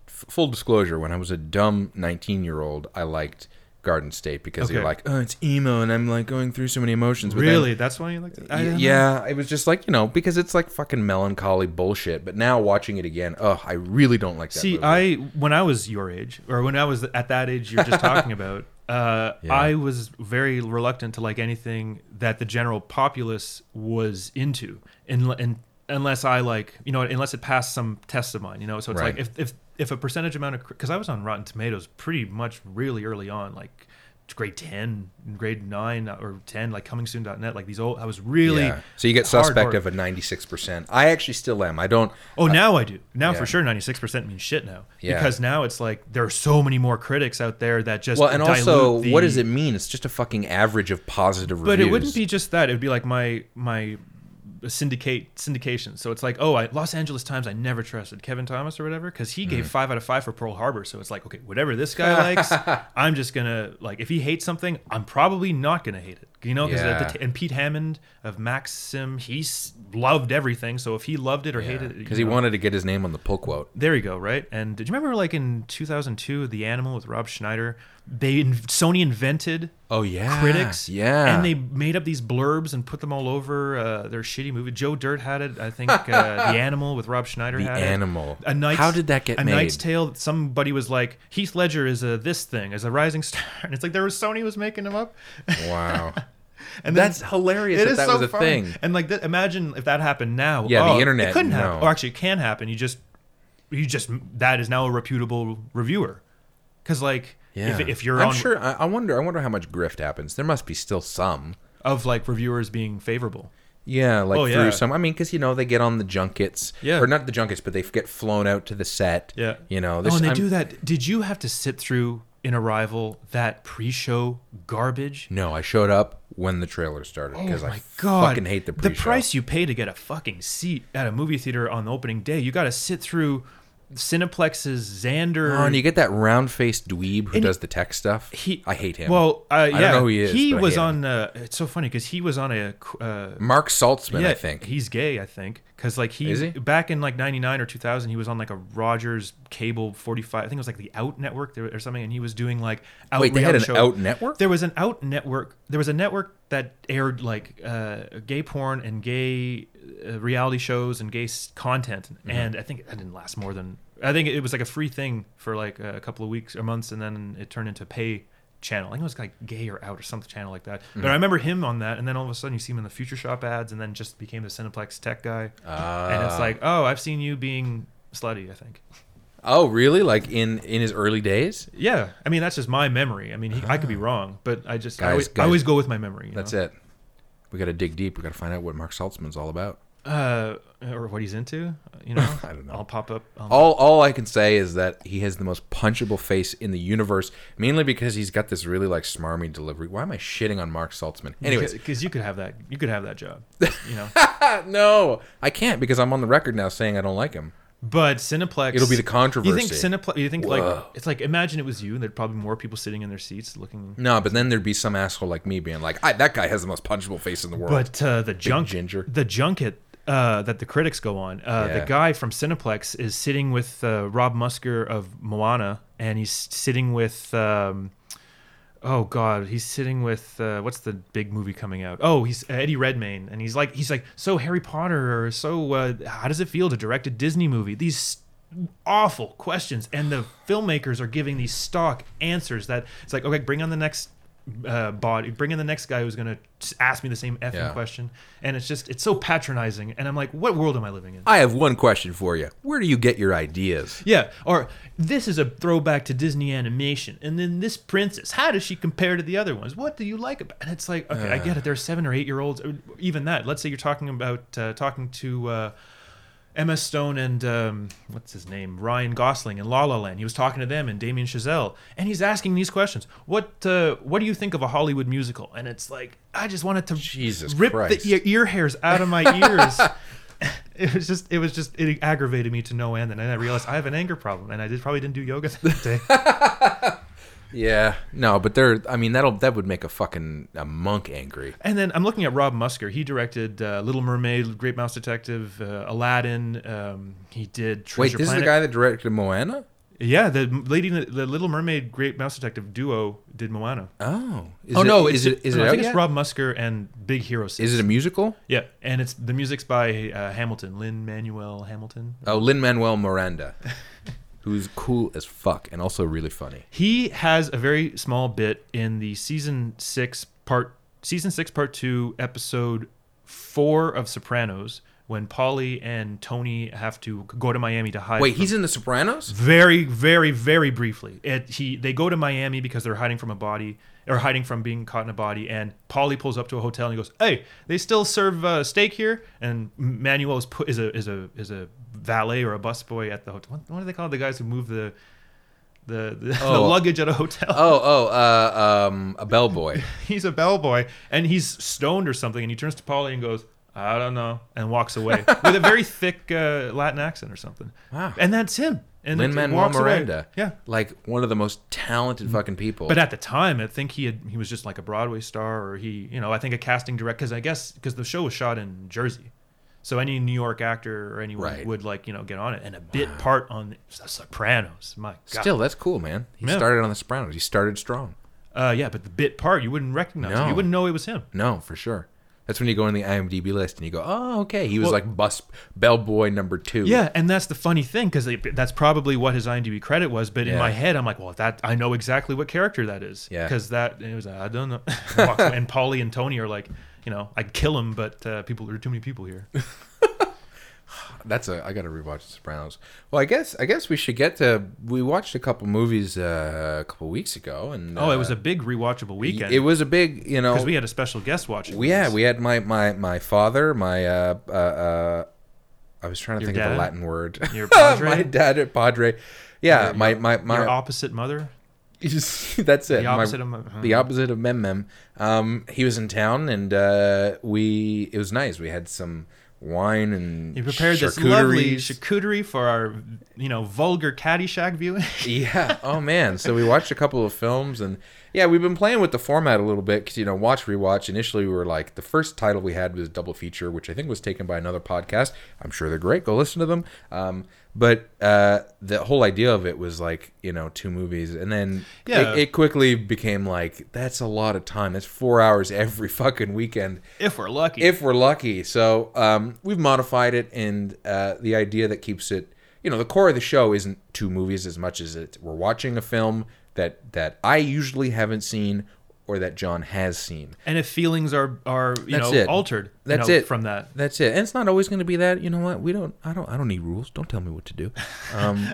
S1: f- full disclosure. When I was a dumb nineteen-year-old, I liked Garden State because they're
S2: Okay.
S1: like, oh, it's emo, and I'm like going through so many emotions. But then-
S2: Really? that's why you like it? I
S1: Y-
S2: don't know.
S1: yeah, it was just like you know because it's like fucking melancholy bullshit. But now watching it again, oh, I really don't like that.
S2: See,
S1: movie.
S2: I when I was your age, or when I was at that age you're just talking about, uh,
S1: Yeah.
S2: I was very reluctant to like anything that the general populace was into, and, and unless I like, you know, unless it passed some test of mine, you know. So it's
S1: Right.
S2: like if if if a percentage amount of because I was on Rotten Tomatoes pretty much really early on, like grade 10 grade 9 or 10 like coming soon.net like these old i was really
S1: Yeah. So you get
S2: hardcore.
S1: suspect of a ninety-six percent. I actually still am. I don't.
S2: Oh, now I do. Now
S1: yeah.
S2: for sure, ninety six percent means shit now.
S1: Yeah.
S2: Because now it's like there are so many more critics out there that just
S1: Well, and
S2: dilute
S1: also,
S2: the-
S1: what does it mean? It's just a fucking average of positive reviews.
S2: But it wouldn't be just that. It would be like my my syndicate syndication. So it's like, oh, I, Los Angeles Times, I never trusted Kevin Thomas or whatever because he
S1: Mm.
S2: gave five out of five for Pearl Harbor. So it's like, okay, whatever this guy likes, I'm just gonna like. If he hates something, I'm probably not gonna hate it. You know, because
S1: Yeah.
S2: and Pete Hammond of Maxim, he s- loved everything. So if he loved it or hated it, you
S1: because he
S2: know.
S1: wanted to get his name on the pull quote.
S2: There you go, right? And did you remember, like in 2002, The Animal with Rob Schneider? They in- Sony invented
S1: Oh yeah,
S2: critics,
S1: Yeah,
S2: and they made up these blurbs and put them all over uh, their shitty movie. Joe Dirt had it, I think. Uh, the Animal with Rob Schneider
S1: the
S2: had
S1: animal.
S2: it. A Knight's,
S1: How did that get
S2: a
S1: made?
S2: Knight's Tale? Somebody was like, Heath Ledger is a this thing, is a rising star, and it's like there was Sony was making him up.
S1: wow,
S2: And then-
S1: that's hilarious.
S2: It
S1: that
S2: is
S1: that
S2: so
S1: was a
S2: fun.
S1: thing.
S2: And like, th- imagine if that happened now.
S1: Yeah, the
S2: Oh,
S1: internet,
S2: It couldn't happen.
S1: no.
S2: Or actually, it can happen. You just, you just that is now a reputable reviewer. Because like,
S1: Yeah,
S2: if, if you're
S1: I'm
S2: on
S1: sure. I, I wonder. I wonder how much grift happens. There must be still some.
S2: of like reviewers being favorable.
S1: Yeah, like
S2: Oh,
S1: through
S2: yeah.
S1: some. I mean, because you know they get on the junkets,
S2: Yeah.
S1: or not the junkets, but they get flown out to the set.
S2: Yeah.
S1: you know.
S2: oh, and they
S1: I'm-
S2: do that. Did you have to sit through in Arrival that pre-show garbage?
S1: No, I showed up when the trailer started because
S2: oh
S1: I
S2: my god!
S1: fucking hate the
S2: the
S1: pre-show.
S2: price you pay to get a fucking seat at a movie theater on the opening day. You got to sit through Cineplex's Xander.
S1: Oh, and you get that round-faced dweeb who
S2: And-
S1: does the tech stuff.
S2: He-
S1: I hate him.
S2: Well, uh, yeah,
S1: don't know who he is, but I
S2: was
S1: hate him.
S2: on. Uh, it's so funny because he was on a. Uh,
S1: Mark Saltzman,
S2: yeah,
S1: I think.
S2: he's gay. I think because like he,
S1: Is he?
S2: back in like '99 or 2000, he was on like a Rogers cable 45. I think it was like the Out Network there- or something, and he was doing like Out
S1: Wait, they had an
S2: reality show.
S1: Out network.
S2: There was an Out Network. There was a network that aired like uh, gay porn and gay uh, reality shows and gay s- content,
S1: Mm-hmm.
S2: and I think that didn't last more than. I think it was like a free thing for like a couple of weeks or months, and then it turned into pay channel. I think it was like gay or out or some channel like that. But
S1: Mm.
S2: I remember him on that, and then all of a sudden you see him in the
S1: Ah.
S2: Future Shop ads, and then just became the Cineplex tech guy. and it's like, oh, I've seen you being slutty. I think.
S1: Oh, really? Like in in his early days?
S2: Yeah, I mean that's just my memory. I mean, he, I could be wrong, but I just I,
S1: Ah. Guys,
S2: always, I
S1: guys,
S2: always go with my memory. You
S1: That's
S2: know?
S1: it. We got to dig deep. We got to find out what Mark Saltzman's all about.
S2: Uh, or what he's into. You know,
S1: I don't know. Oh,
S2: I'll pop up. Um,
S1: All all I can say is that he has the most punchable face in the universe, mainly because he's got this really like smarmy delivery. Why am I shitting on Mark Saltzman? Anyways, uh,
S2: because you could have that, you could have that job. You know,
S1: no, I can't because I'm on the record now saying I don't like him.
S2: but Cineplex.
S1: It'll be the
S2: You
S1: controversy.
S2: think Cineplex? You think like
S1: Whoa.
S2: it's like imagine it was you, and there'd probably be more people sitting in their seats looking.
S1: no, but then there'd be some asshole like me being like, I, "That guy has the most punchable face in the world."
S2: But uh, the junk
S1: ginger.
S2: the junket uh, that the critics go on. Uh,
S1: Yeah.
S2: The guy from Cineplex is sitting with uh, Rob Musker of Moana, and he's sitting with. Um, Oh God, he's sitting with uh, what's the big movie coming out? Oh, he's Eddie Redmayne, and he's like, he's like, so Harry Potter, or so uh, how does it feel to direct a Disney movie? These awful questions, and the filmmakers are giving these stock answers that it's like, okay, bring on the next uh, body, bring in the next guy who's gonna s- ask me the same effing
S1: Yeah.
S2: question, and it's just it's so patronizing, and I'm like, what world am I living in?
S1: I have one question for you. Where do you get your ideas?
S2: Yeah, or this is a throwback to Disney animation, and then this princess, how does she compare to the other ones? What do you like about? And it's like, okay, I get it. There are seven or eight year olds, or even that. Let's say you're talking about uh, talking to uh, Emma Stone and um, what's his name, Ryan Gosling in La La Land. He was talking to them and Damien Chazelle, and he's asking these questions. What uh, What do you think of a Hollywood musical? And it's like, I just wanted to
S1: Jesus
S2: rip
S1: Christ.
S2: the ear, ear hairs out of my ears. it was just, it was just, it aggravated me to no end. And then I realized I have an anger problem, and I did probably didn't do yoga that day.
S1: Yeah, no, but there. I mean, that'll that would make a fucking a monk angry.
S2: and then I'm looking at Rob Musker. He directed uh, Little Mermaid, Great Mouse Detective, uh, Aladdin. Um, he did
S1: Wait,
S2: Treasure
S1: this is the
S2: Planet.
S1: guy that directed Moana.
S2: Yeah, the lady, in the, the Little Mermaid, Great Mouse Detective duo did Moana.
S1: Oh, is
S2: oh
S1: it,
S2: no,
S1: Is
S2: it's,
S1: it is it
S2: no, I
S1: out
S2: think
S1: yet?
S2: it's Rob Musker and Big Hero. Six.
S1: Is it a musical?
S2: yeah, and it's the music's by uh, Hamilton, Lin Manuel Hamilton.
S1: Oh, Lin Manuel Miranda, who's cool as fuck and also really funny.
S2: He has a very small bit in the season six part season six part two episode four of Sopranos when Polly and Tony have to go to Miami to hide.
S1: Wait,
S2: from-
S1: he's in The Sopranos.
S2: very very very briefly. It, he they go to Miami because they're hiding from a body or hiding from being caught in a body. And Polly pulls up to a hotel and he goes, "Hey, they still serve uh, steak here." And Manuel is put is a is a is a valet or a busboy at the hotel. What, what do they call the guys who move the the, the, the
S1: Oh.
S2: luggage at a hotel?
S1: Oh, oh, uh, um, a bellboy.
S2: he's a bellboy and he's stoned or something and he turns to Polly and goes i don't know and walks away with a very thick uh, latin accent or something
S1: Wow.
S2: and that's him and
S1: Lin Manuel
S2: walks away.
S1: Miranda.
S2: yeah Mm.
S1: like one of the most talented fucking people.
S2: but uh, at the time i think he had he was just like a broadway star or he you know i think a casting director because i guess because the show was shot in jersey so any new york actor or anyone
S1: Right.
S2: would like you know get on it and a bit part on the sopranos my god
S1: still, that's cool, man. He
S2: Yeah.
S1: started on The Sopranos. He started strong.
S2: uh, yeah but the bit part you wouldn't recognize him.
S1: No.
S2: you wouldn't know it was him
S1: No, for sure. That's when you go in the IMDb list and you go, oh, okay, he was
S2: Well-
S1: like bus bellboy number two.
S2: Yeah, and that's the funny thing because that's probably what his IMDb credit was. But in
S1: Yeah.
S2: my head, I'm like, well, that I know exactly what character that is.
S1: Yeah.
S2: because that and it was I don't know. Walks away, and Polly and Tony are like, you know, I'd kill him, but uh, people there are too many people here.
S1: that's a. I gotta rewatch The Sopranos. Well, I guess I guess we should get to. We watched a couple movies uh, a couple weeks ago, and
S2: oh, it was
S1: uh,
S2: a big rewatchable weekend
S1: It was a big, you know.
S2: because we had a special guest watching.
S1: We- yeah, we had my my my father, my uh uh, uh I was trying to
S2: Your
S1: think of
S2: dad?
S1: a Latin word.
S2: Your padre?
S1: my dad at Padre. Yeah,
S2: Your-
S1: my my my
S2: your opposite mother,
S1: that's it.
S2: the
S1: My-
S2: opposite of uh-huh. my,
S1: the opposite of Mem Mem. Um, he was in town, and uh, we it was nice. We had some wine and
S2: You prepared this lovely
S1: charcuteries.
S2: charcuterie for our, you know, vulgar Caddyshack viewing.
S1: yeah. Oh man. So we watched a couple of films, and yeah, we've been playing with the format a little bit because you know, watch rewatch. Initially, we were like the first title we had was double feature, which I think was taken by another podcast. I'm sure they're great. Go listen to them. Um, but uh, the whole idea of it was like you know two movies, and then
S2: Yeah.
S1: it, it quickly became like that's a lot of time. That's four hours every fucking weekend
S2: if we're lucky,
S1: if we're lucky. So um, we've modified it, and uh, the idea that keeps it, you know, the core of the show isn't two movies as much as it. We're watching a film that that I usually haven't seen, or that John has seen.
S2: and if feelings are are you
S1: That's
S2: know
S1: it.
S2: altered, you
S1: That's
S2: know,
S1: it.
S2: from that.
S1: That's it. And it's not always going to be that. You know what? We don't. I don't. I don't need rules. Don't tell me what to do. Um,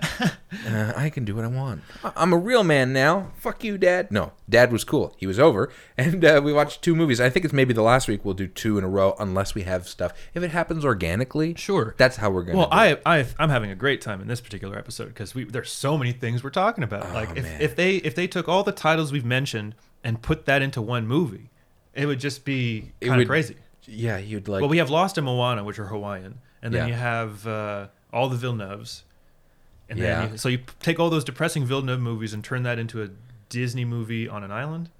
S1: uh, I can do what I want. I- I'm a real man now. Fuck you, Dad. No, Dad was cool. He was over, and uh, we watched two movies. I think it's maybe the last week we'll do two in a row, unless we have stuff. If it happens organically,
S2: Sure.
S1: That's how we're gonna.
S2: Well,
S1: do it.
S2: I, I I'm having a great time in this particular episode because we there's so many things we're talking about. like if,
S1: Oh, man.
S2: if they if they took all the titles we've mentioned and put that into one movie, it would just be
S1: It
S2: kind of
S1: would-
S2: crazy.
S1: Yeah, you'd like.
S2: Well, we have Lost and Moana, which are Hawaiian, and then
S1: Yeah.
S2: you have uh, all the Villeneuves, and
S1: Yeah.
S2: then you, so you p- take all those depressing Villeneuve movies and turn that into a Disney movie on an island.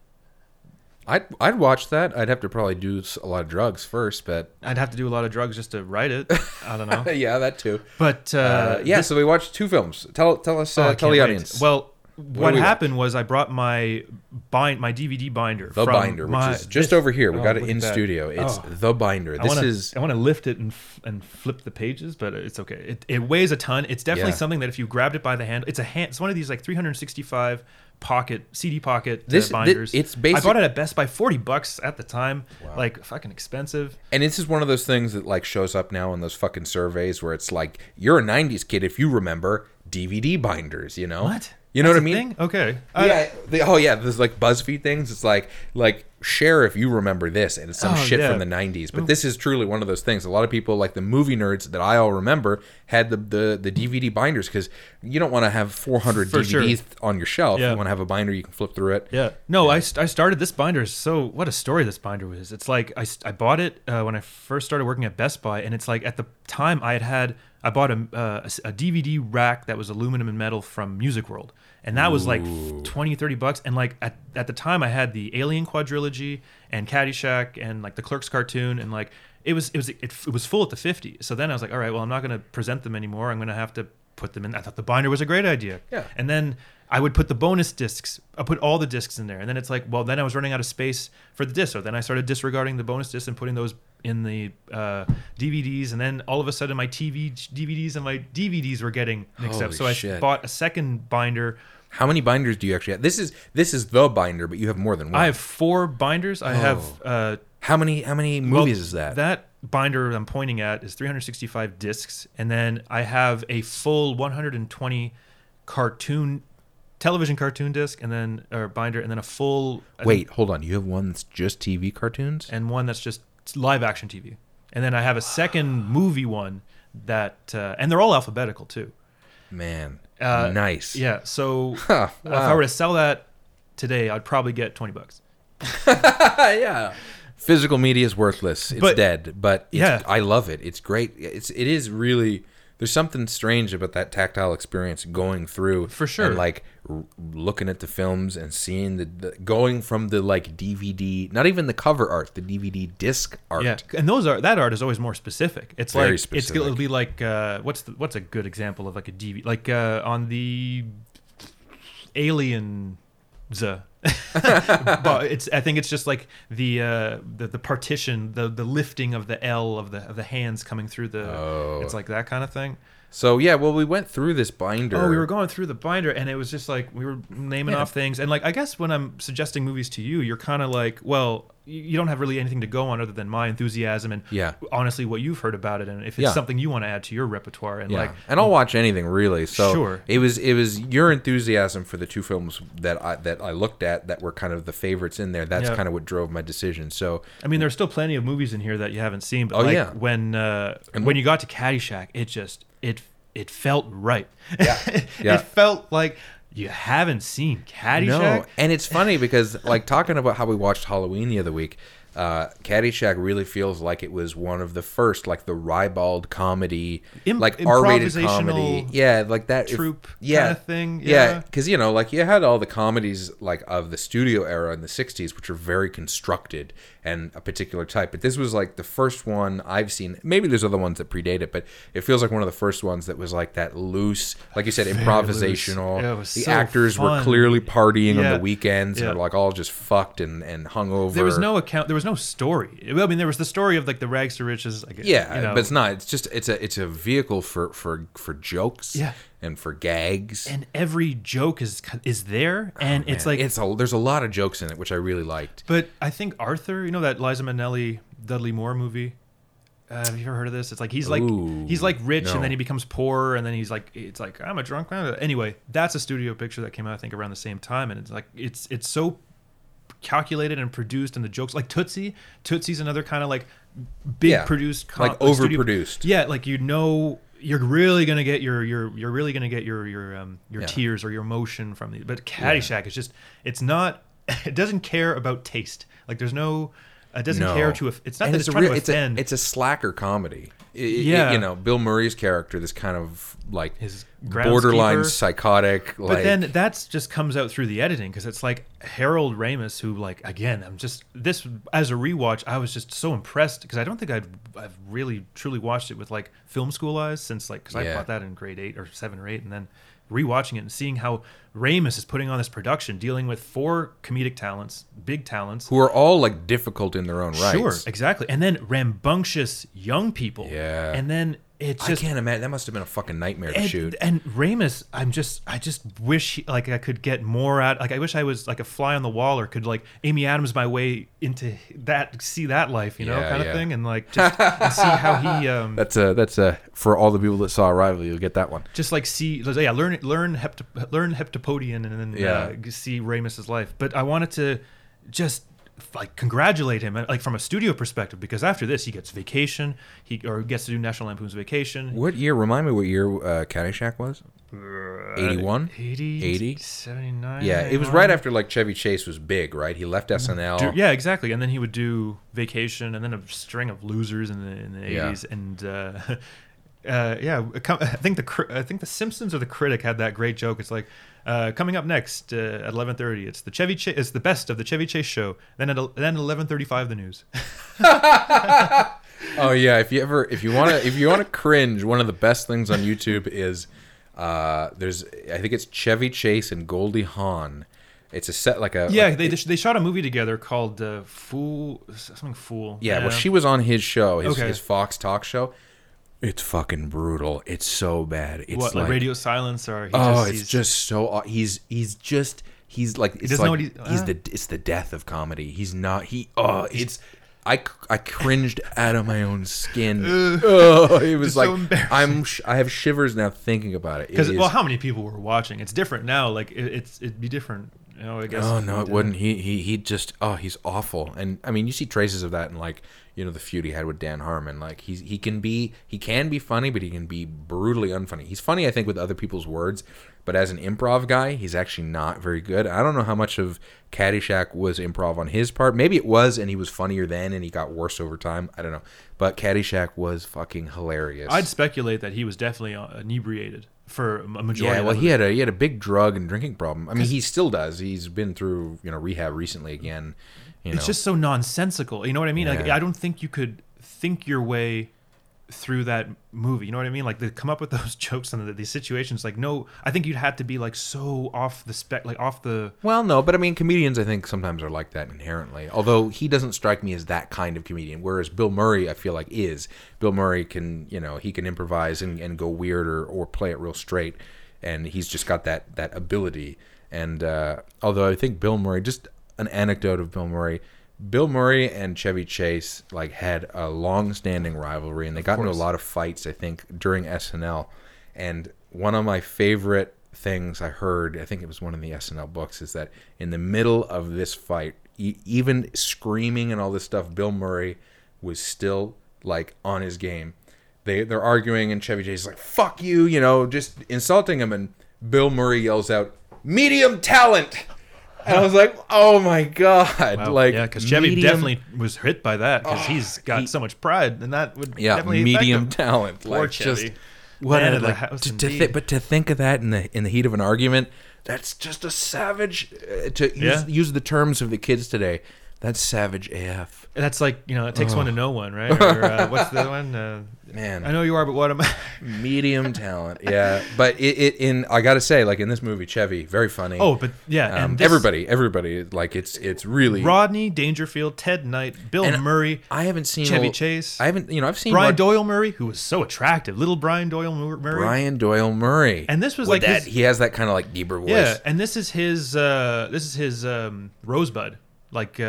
S1: I'd I'd watch that. I'd have to probably do s- a lot of drugs first, but
S2: I'd have to do a lot of drugs just to write it. I don't know,
S1: yeah, that too.
S2: but uh,
S1: Uh, yeah, so we watched two films. Tell tell us.
S2: Oh,
S1: Uh,
S2: I
S1: tell
S2: can't
S1: the
S2: wait.
S1: audience.
S2: Well, what
S1: do we
S2: happened was I brought my bind, my DVD binder,
S1: The
S2: from
S1: Binder, which
S2: my-
S1: is just
S2: this-
S1: over here. We
S2: oh,
S1: got it
S2: look
S1: in
S2: at that.
S1: studio. It's
S2: Oh.
S1: The Binder.
S2: I
S1: This
S2: wanna-
S1: is
S2: I want to lift it and f- and flip the pages, but it's okay. It, it weighs a ton. It's definitely
S1: Yeah.
S2: something that if you grabbed it by the hand, it's a hand. It's one of these like 365 pocket CD pocket uh,
S1: This- thi-
S2: binders.
S1: it's
S2: I bought
S1: basic-
S2: it at Best Buy, 40 bucks at the time. Like fucking expensive.
S1: and this is one of those things that like shows up now in those fucking surveys where it's like you're a '90s kid if you remember DVD binders. You know
S2: What?
S1: You know
S2: That's
S1: what I
S2: a
S1: mean?
S2: thing? Uh, Okay. I-
S1: Yeah. They, oh yeah. There's like BuzzFeed things. It's like like share if you remember this, and it's some
S2: Oh,
S1: shit
S2: yeah. Oh.
S1: from the '90s. But this is truly one of those things. A lot of people, like the movie nerds that I all remember, had the the, the DVD binders because you don't want to have 400
S2: For
S1: DVDs
S2: sure.
S1: on your shelf.
S2: Yeah.
S1: You want to have a binder you can flip through it.
S2: Yeah. No, I, st- I started this binder. is So what a story this binder was. It's like I, st- I bought it uh, when I first started working at Best Buy, and it's like at the time I had had I bought a, uh, a s- a DVD rack that was aluminum and metal from Music World, and that was like f- 20, 30 bucks. And like at, at the time I had the Alien quadrilogy and Caddyshack and like the Clerks cartoon and like. It was it was it, f- it was full at the 50. So then I was like, all right, well I'm not going to present them anymore. I'm going to have to put them in. I thought the binder was a great idea.
S1: Yeah.
S2: And then I would put the bonus discs. I put all the discs in there, and then it's like, well, then I was running out of space for the disc, so then I started disregarding the bonus discs and putting those in the uh, DVDs, and then all of a sudden my TV DVDs and my DVDs were getting mixed up.
S1: Holy
S2: So I
S1: shit.
S2: bought a second binder.
S1: How many binders do you actually have? This is this is the binder, but you have more than one.
S2: I have four binders. I have
S1: Oh.
S2: uh,
S1: how many how many
S2: well,
S1: movies is that?
S2: That binder I'm pointing at is 365 discs, and then I have a full 120 cartoon television cartoon disc, and then or binder, and then a full I think
S1: Wait, hold on. You have one that's just TV cartoons.
S2: and one that's just live action TV. And then I have a second movie one that, uh, and they're all alphabetical too.
S1: Man,
S2: Uh,
S1: nice.
S2: Yeah. So
S1: Huh,
S2: if I were to sell that today, I'd probably get 20 bucks.
S1: yeah. Physical media is worthless. It's
S2: But-
S1: dead. But it's,
S2: Yeah.
S1: I love it. It's great. It's it is really. There's something strange about that tactile experience going through
S2: For sure.
S1: and like r- looking at the films and seeing the, the going from the like DVD, not even the cover art, the DVD disc art.
S2: Yeah. And those are, that art is always more specific. It's
S1: Very
S2: like, it's,
S1: specific.
S2: it'll be like, uh, what's the, what's a good example of like a DV, like, uh, on the alien, but it's I think it's just like the uh the, the partition the the lifting of the L of the of the hands coming through the
S1: Oh.
S2: it's like that kind of thing.
S1: So yeah, well, we went through this binder.
S2: Oh, we were going through the binder, and it was just like we were naming
S1: Yeah.
S2: off things. And like, I guess when I'm suggesting movies to you, you're kind of like, well, you- you don't have really anything to go on other than my enthusiasm and
S1: Yeah.
S2: honestly what you've heard about it, and if it's
S1: Yeah.
S2: something you want to add to your repertoire, and
S1: Yeah.
S2: like,
S1: and I'll watch anything really. So
S2: Sure.
S1: it was it was your enthusiasm for the two films that I that I looked at that were kind of the favorites in there. That's
S2: Yeah.
S1: kind of what drove my decision. So
S2: I mean, there's still plenty of movies in here that you haven't seen, but
S1: Oh,
S2: like
S1: yeah.
S2: when uh, when you got to Caddyshack, it just it it felt right. Yeah,
S1: Yeah.
S2: it felt like you haven't seen Caddyshack.
S1: No, and it's funny because like talking about how we watched Halloween the other week, uh, Caddyshack really feels like it was one of the first, like the ribald comedy,
S2: Im-
S1: like R-rated
S2: improvisational
S1: comedy, yeah, like that if-
S2: troupe kinda thing,
S1: yeah,
S2: yeah.
S1: because you know, like you had all the comedies like of the studio era in the '60s, which are very constructed and a particular type, but this was like the first one I've seen. Maybe there's other ones that predate it, but it feels like one of the first ones that was like that loose, like you said, improvisational.
S2: Yeah, it was
S1: the
S2: so
S1: actors were
S2: fun.
S1: clearly partying on
S2: Yeah.
S1: the weekends
S2: Yeah.
S1: and they're like all just fucked and and hungover.
S2: There was no account. There was was no story. I mean, there was the story of like the rags to riches. Like,
S1: Yeah,
S2: you know,
S1: but it's not. It's just it's a it's a vehicle for for for jokes
S2: Yeah.
S1: and for gags.
S2: and every joke is is there, and it's
S1: Oh, Man,
S2: like
S1: it's a there's a lot of jokes in it which I really liked.
S2: But I think Arthur, you know that Liza Minnelli Dudley Moore movie. Uh, have you ever heard of this? It's like he's like
S1: Ooh,
S2: he's like rich
S1: no.
S2: and then he becomes poor and then he's like it's like I'm a drunk man. Anyway, that's a studio picture that came out I think around the same time and it's like it's it's so calculated and produced and the jokes like Tootsie. Tootsie's another kind of like big
S1: Yeah,
S2: produced
S1: like
S2: studio-
S1: overproduced.
S2: yeah, like you know, you're really gonna get your your you're really gonna get your your um your
S1: Yeah.
S2: tears or your emotion from the. But Caddyshack is just it's not it doesn't care about taste. Like there's no it doesn't
S1: No.
S2: care to if it's not
S1: And
S2: that it's, trying
S1: real-
S2: to
S1: it's a
S2: offend.
S1: it's a slacker comedy. I- I-
S2: Yeah.
S1: you know Bill Murray's character, this kind of like
S2: His
S1: borderline
S2: groundskeeper.
S1: psychotic.
S2: but
S1: Like,
S2: then that's just comes out through the editing because it's like Harold Ramis who like again I'm just this as a rewatch I was just so impressed because I don't think I've I've really truly watched it with like film school eyes since like because I
S1: Yeah.
S2: bought that in grade eight or seven or eight and then rewatching it and seeing how Ramis is putting on this production dealing with four comedic talents big talents
S1: who are all like difficult in their own right.
S2: sure exactly and then rambunctious young people
S1: Yeah.
S2: and then it's
S1: I
S2: just
S1: can't imagine. That must have been a fucking nightmare to
S2: and,
S1: shoot.
S2: And Ramus, I'm just, I just wish he- like I could get more out. Like I wish I was like a fly on the wall, or could like Amy Adams my way into that, see that life, you know,
S1: Yeah,
S2: kind
S1: yeah.
S2: of thing, and like just and see how he, um,
S1: That's a that's a for all the people that saw Arrival, you'll get that one.
S2: just like see, yeah, learn, learn, hept- learn Heptapodian, and then
S1: Yeah.
S2: uh, see Ramus's life. But I wanted to just like congratulate him, like from a studio perspective, because after this he gets vacation, he or gets to do National Lampoon's Vacation.
S1: What year? Remind me what year uh, Caddyshack was? Eighty one.
S2: 80,
S1: 80?
S2: 79
S1: Yeah, it was
S2: 81.
S1: right after like Chevy Chase was big, right? He left SNL.
S2: Do- yeah, exactly. And then he would do Vacation, and then a string of losers in the in the
S1: Yeah.
S2: eighties, and uh, uh, yeah, com- I think the cri- I think the Simpsons or the critic had that great joke. It's like uh, coming up next uh, at eleven thirty. It's the Chevy Chase. It's the best of the Chevy Chase show. Then at el- then eleven thirty five, the news.
S1: Oh yeah, if you ever if you want to if you want to cringe, one of the best things on YouTube is uh there's I think it's Chevy Chase and Goldie Hawn. It's a set like a
S2: yeah,
S1: like-
S2: they they shot a movie together called uh, Fool something Fool.
S1: yeah, well she was on his show, his,
S2: Okay.
S1: his Fox talk show. It's fucking brutal. It's so bad. It's
S2: what like, Radio Silence or he
S1: Oh,
S2: just,
S1: it's
S2: he's-
S1: just so aw- he's he's just he's like it's
S2: doesn't know
S1: like,
S2: what he-
S1: he's
S2: ah.
S1: the it's the death of comedy. He's not he oh it's I, c- I cringed out of my own skin. oh, it was
S2: Just so
S1: like
S2: embarrassing.
S1: I'm sh- I have shivers now thinking about it. It
S2: Because
S1: is-
S2: well, how many people were watching? It's different now. Like it, it's it'd be different. You know, I guess.
S1: oh
S2: if
S1: no,
S2: we
S1: it
S2: did
S1: wouldn't. He he he just oh he's awful. And I mean you see traces of that in like you know the feud he had with Dan Harmon. Like he's he can be he can be funny, but he can be brutally unfunny. He's funny I think with other people's words, but as an improv guy, he's actually not very good. I don't know how much of Caddyshack was improv on his part. Maybe it was, and he was funnier then, and he got worse over time. I don't know. But Caddyshack was fucking hilarious.
S2: I'd speculate that he was definitely uh, inebriated for a majority.
S1: Yeah, well,
S2: of
S1: he
S2: it.
S1: had a he had a big drug and drinking problem. I mean, he still does. He's been through you know rehab recently again. You know,
S2: it's just so nonsensical. You know what I mean? Like
S1: Yeah.
S2: I don't think you could think your way through that movie. You know what I mean? Like they come up with those jokes and the, these situations. Like no, I think you'd have to be like so off the spec, like off the.
S1: well, no, but I mean, comedians I think sometimes are like that inherently. Although he doesn't strike me as that kind of comedian, whereas Bill Murray I feel like is. Bill Murray can you know he can improvise and, and go weird or, or play it real straight, and he's just got that that ability. And uh, although I think Bill Murray, just an anecdote of Bill Murray. Bill Murray and Chevy Chase like had a long-standing rivalry, and they got into a lot of fights. I think during SNL, and one of my favorite things I heard, I think it was one of the SNL books, is that in the middle of this fight, e- even screaming and all this stuff, Bill Murray was still like on his game. They they're arguing, and Chevy Chase is like, "Fuck you," you know, just insulting him, and Bill Murray yells out, "Medium talent." And I was like, "Oh my god!" Like,
S2: yeah, because Chevy
S1: medium-
S2: definitely was hit by that because he's got so much pride, and that would
S1: yeah,
S2: definitely affect
S1: medium
S2: him.
S1: talent.
S2: Poor
S1: like just
S2: Chevy.
S1: what
S2: Man
S1: a,
S2: of the
S1: like,
S2: house
S1: to, to thi-
S2: indeed.
S1: but to think of that in the in the heat of an argument, that's just a savage. Uh, to use,
S2: Yeah.
S1: use the terms of the kids today, That's savage AF.
S2: That's like you know, it takes one to know one, right? Or, uh, what's the other one? Uh,
S1: Man.
S2: I know you are, but what am I?
S1: medium talent. Yeah, but it, it in I gotta say, like in this movie, Chevy very funny.
S2: Oh, but yeah,
S1: um,
S2: and this-
S1: everybody, everybody, like it's it's really.
S2: Rodney Dangerfield, Ted Knight, Bill
S1: And
S2: Murray,
S1: I haven't seen
S2: Chevy
S1: a-
S2: Chase.
S1: I haven't, you know, I've seen
S2: Brian
S1: Rod-
S2: Doyle Murray, who was so attractive, little Brian Doyle Mur- Murray.
S1: Brian Doyle Murray,
S2: And this was
S1: With
S2: like
S1: that.
S2: his-
S1: he has that kind of like deeper voice.
S2: yeah, and this is his uh, this is his um, Rosebud, like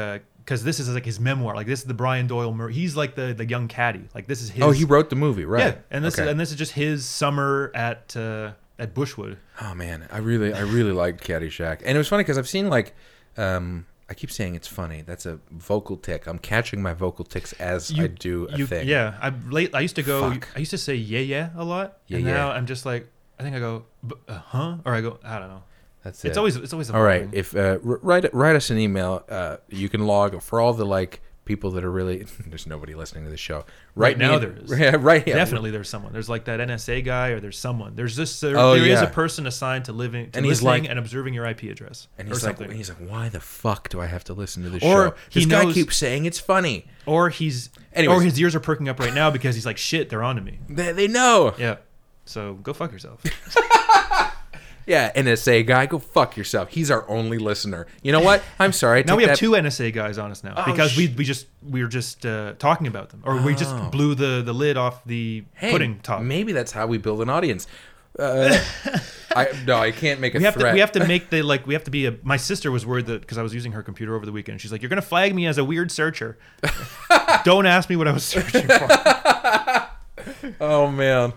S2: because this is like his memoir. Like this is the Brian Doyle Murray. He's like the the young caddy. Like this is his.
S1: Oh, he wrote the movie, right?
S2: yeah, and this
S1: Okay.
S2: is, and this is just his summer at uh, at Bushwood.
S1: Oh man, I really I really liked Caddyshack, and it was funny because I've seen like, um, I keep saying it's funny. That's a vocal tick. I'm catching my vocal ticks as I do a
S2: you-
S1: thing.
S2: Yeah, I late. I used to go.
S1: Fuck.
S2: I used to say yeah yeah a lot,
S1: Yeah,
S2: and
S1: yeah.
S2: now I'm just like I think I go "B- uh, huh or I go I don't know.
S1: that's it.
S2: It's always it's always
S1: All right.
S2: evolving.
S1: If uh, r- write write us an email, uh, you can log for all the like people that are really. There's nobody listening to the show right
S2: Right now there is.
S1: Yeah, right. Yeah.
S2: Definitely, there's someone. There's like that NSA guy, or there's someone. There's this. There,
S1: Oh,
S2: there is
S1: yeah.
S2: a person assigned to living,
S1: And
S2: to and
S1: he's
S2: listening
S1: like-
S2: and observing your IP address,
S1: And
S2: or
S1: he's like,
S2: something.
S1: he's like, why the fuck do I have to listen to this
S2: Or
S1: show?
S2: he
S1: This guy
S2: knows-
S1: keeps saying it's funny.
S2: or he's,
S1: Anyways.
S2: or his ears are perking up right now because he's like, shit, they're onto me.
S1: They, they know.
S2: Yeah. So go fuck yourself.
S1: Yeah, NSA guy, go fuck yourself. He's our only listener. You know what? I'm sorry. I
S2: now
S1: take
S2: we have
S1: that- Oh,
S2: two NSA guys on us now because we we just we were just uh, talking about them, or we just blew the the lid off the
S1: Oh. Hey,
S2: pudding top.
S1: Maybe that's how we build an audience. Uh, I, no, I can't make a
S2: we have
S1: threat.
S2: to we have to make the like we have to be a my sister was worried that because i was using her computer over the weekend she's like you're gonna flag me as a weird searcher don't ask me what i was searching for
S1: oh man.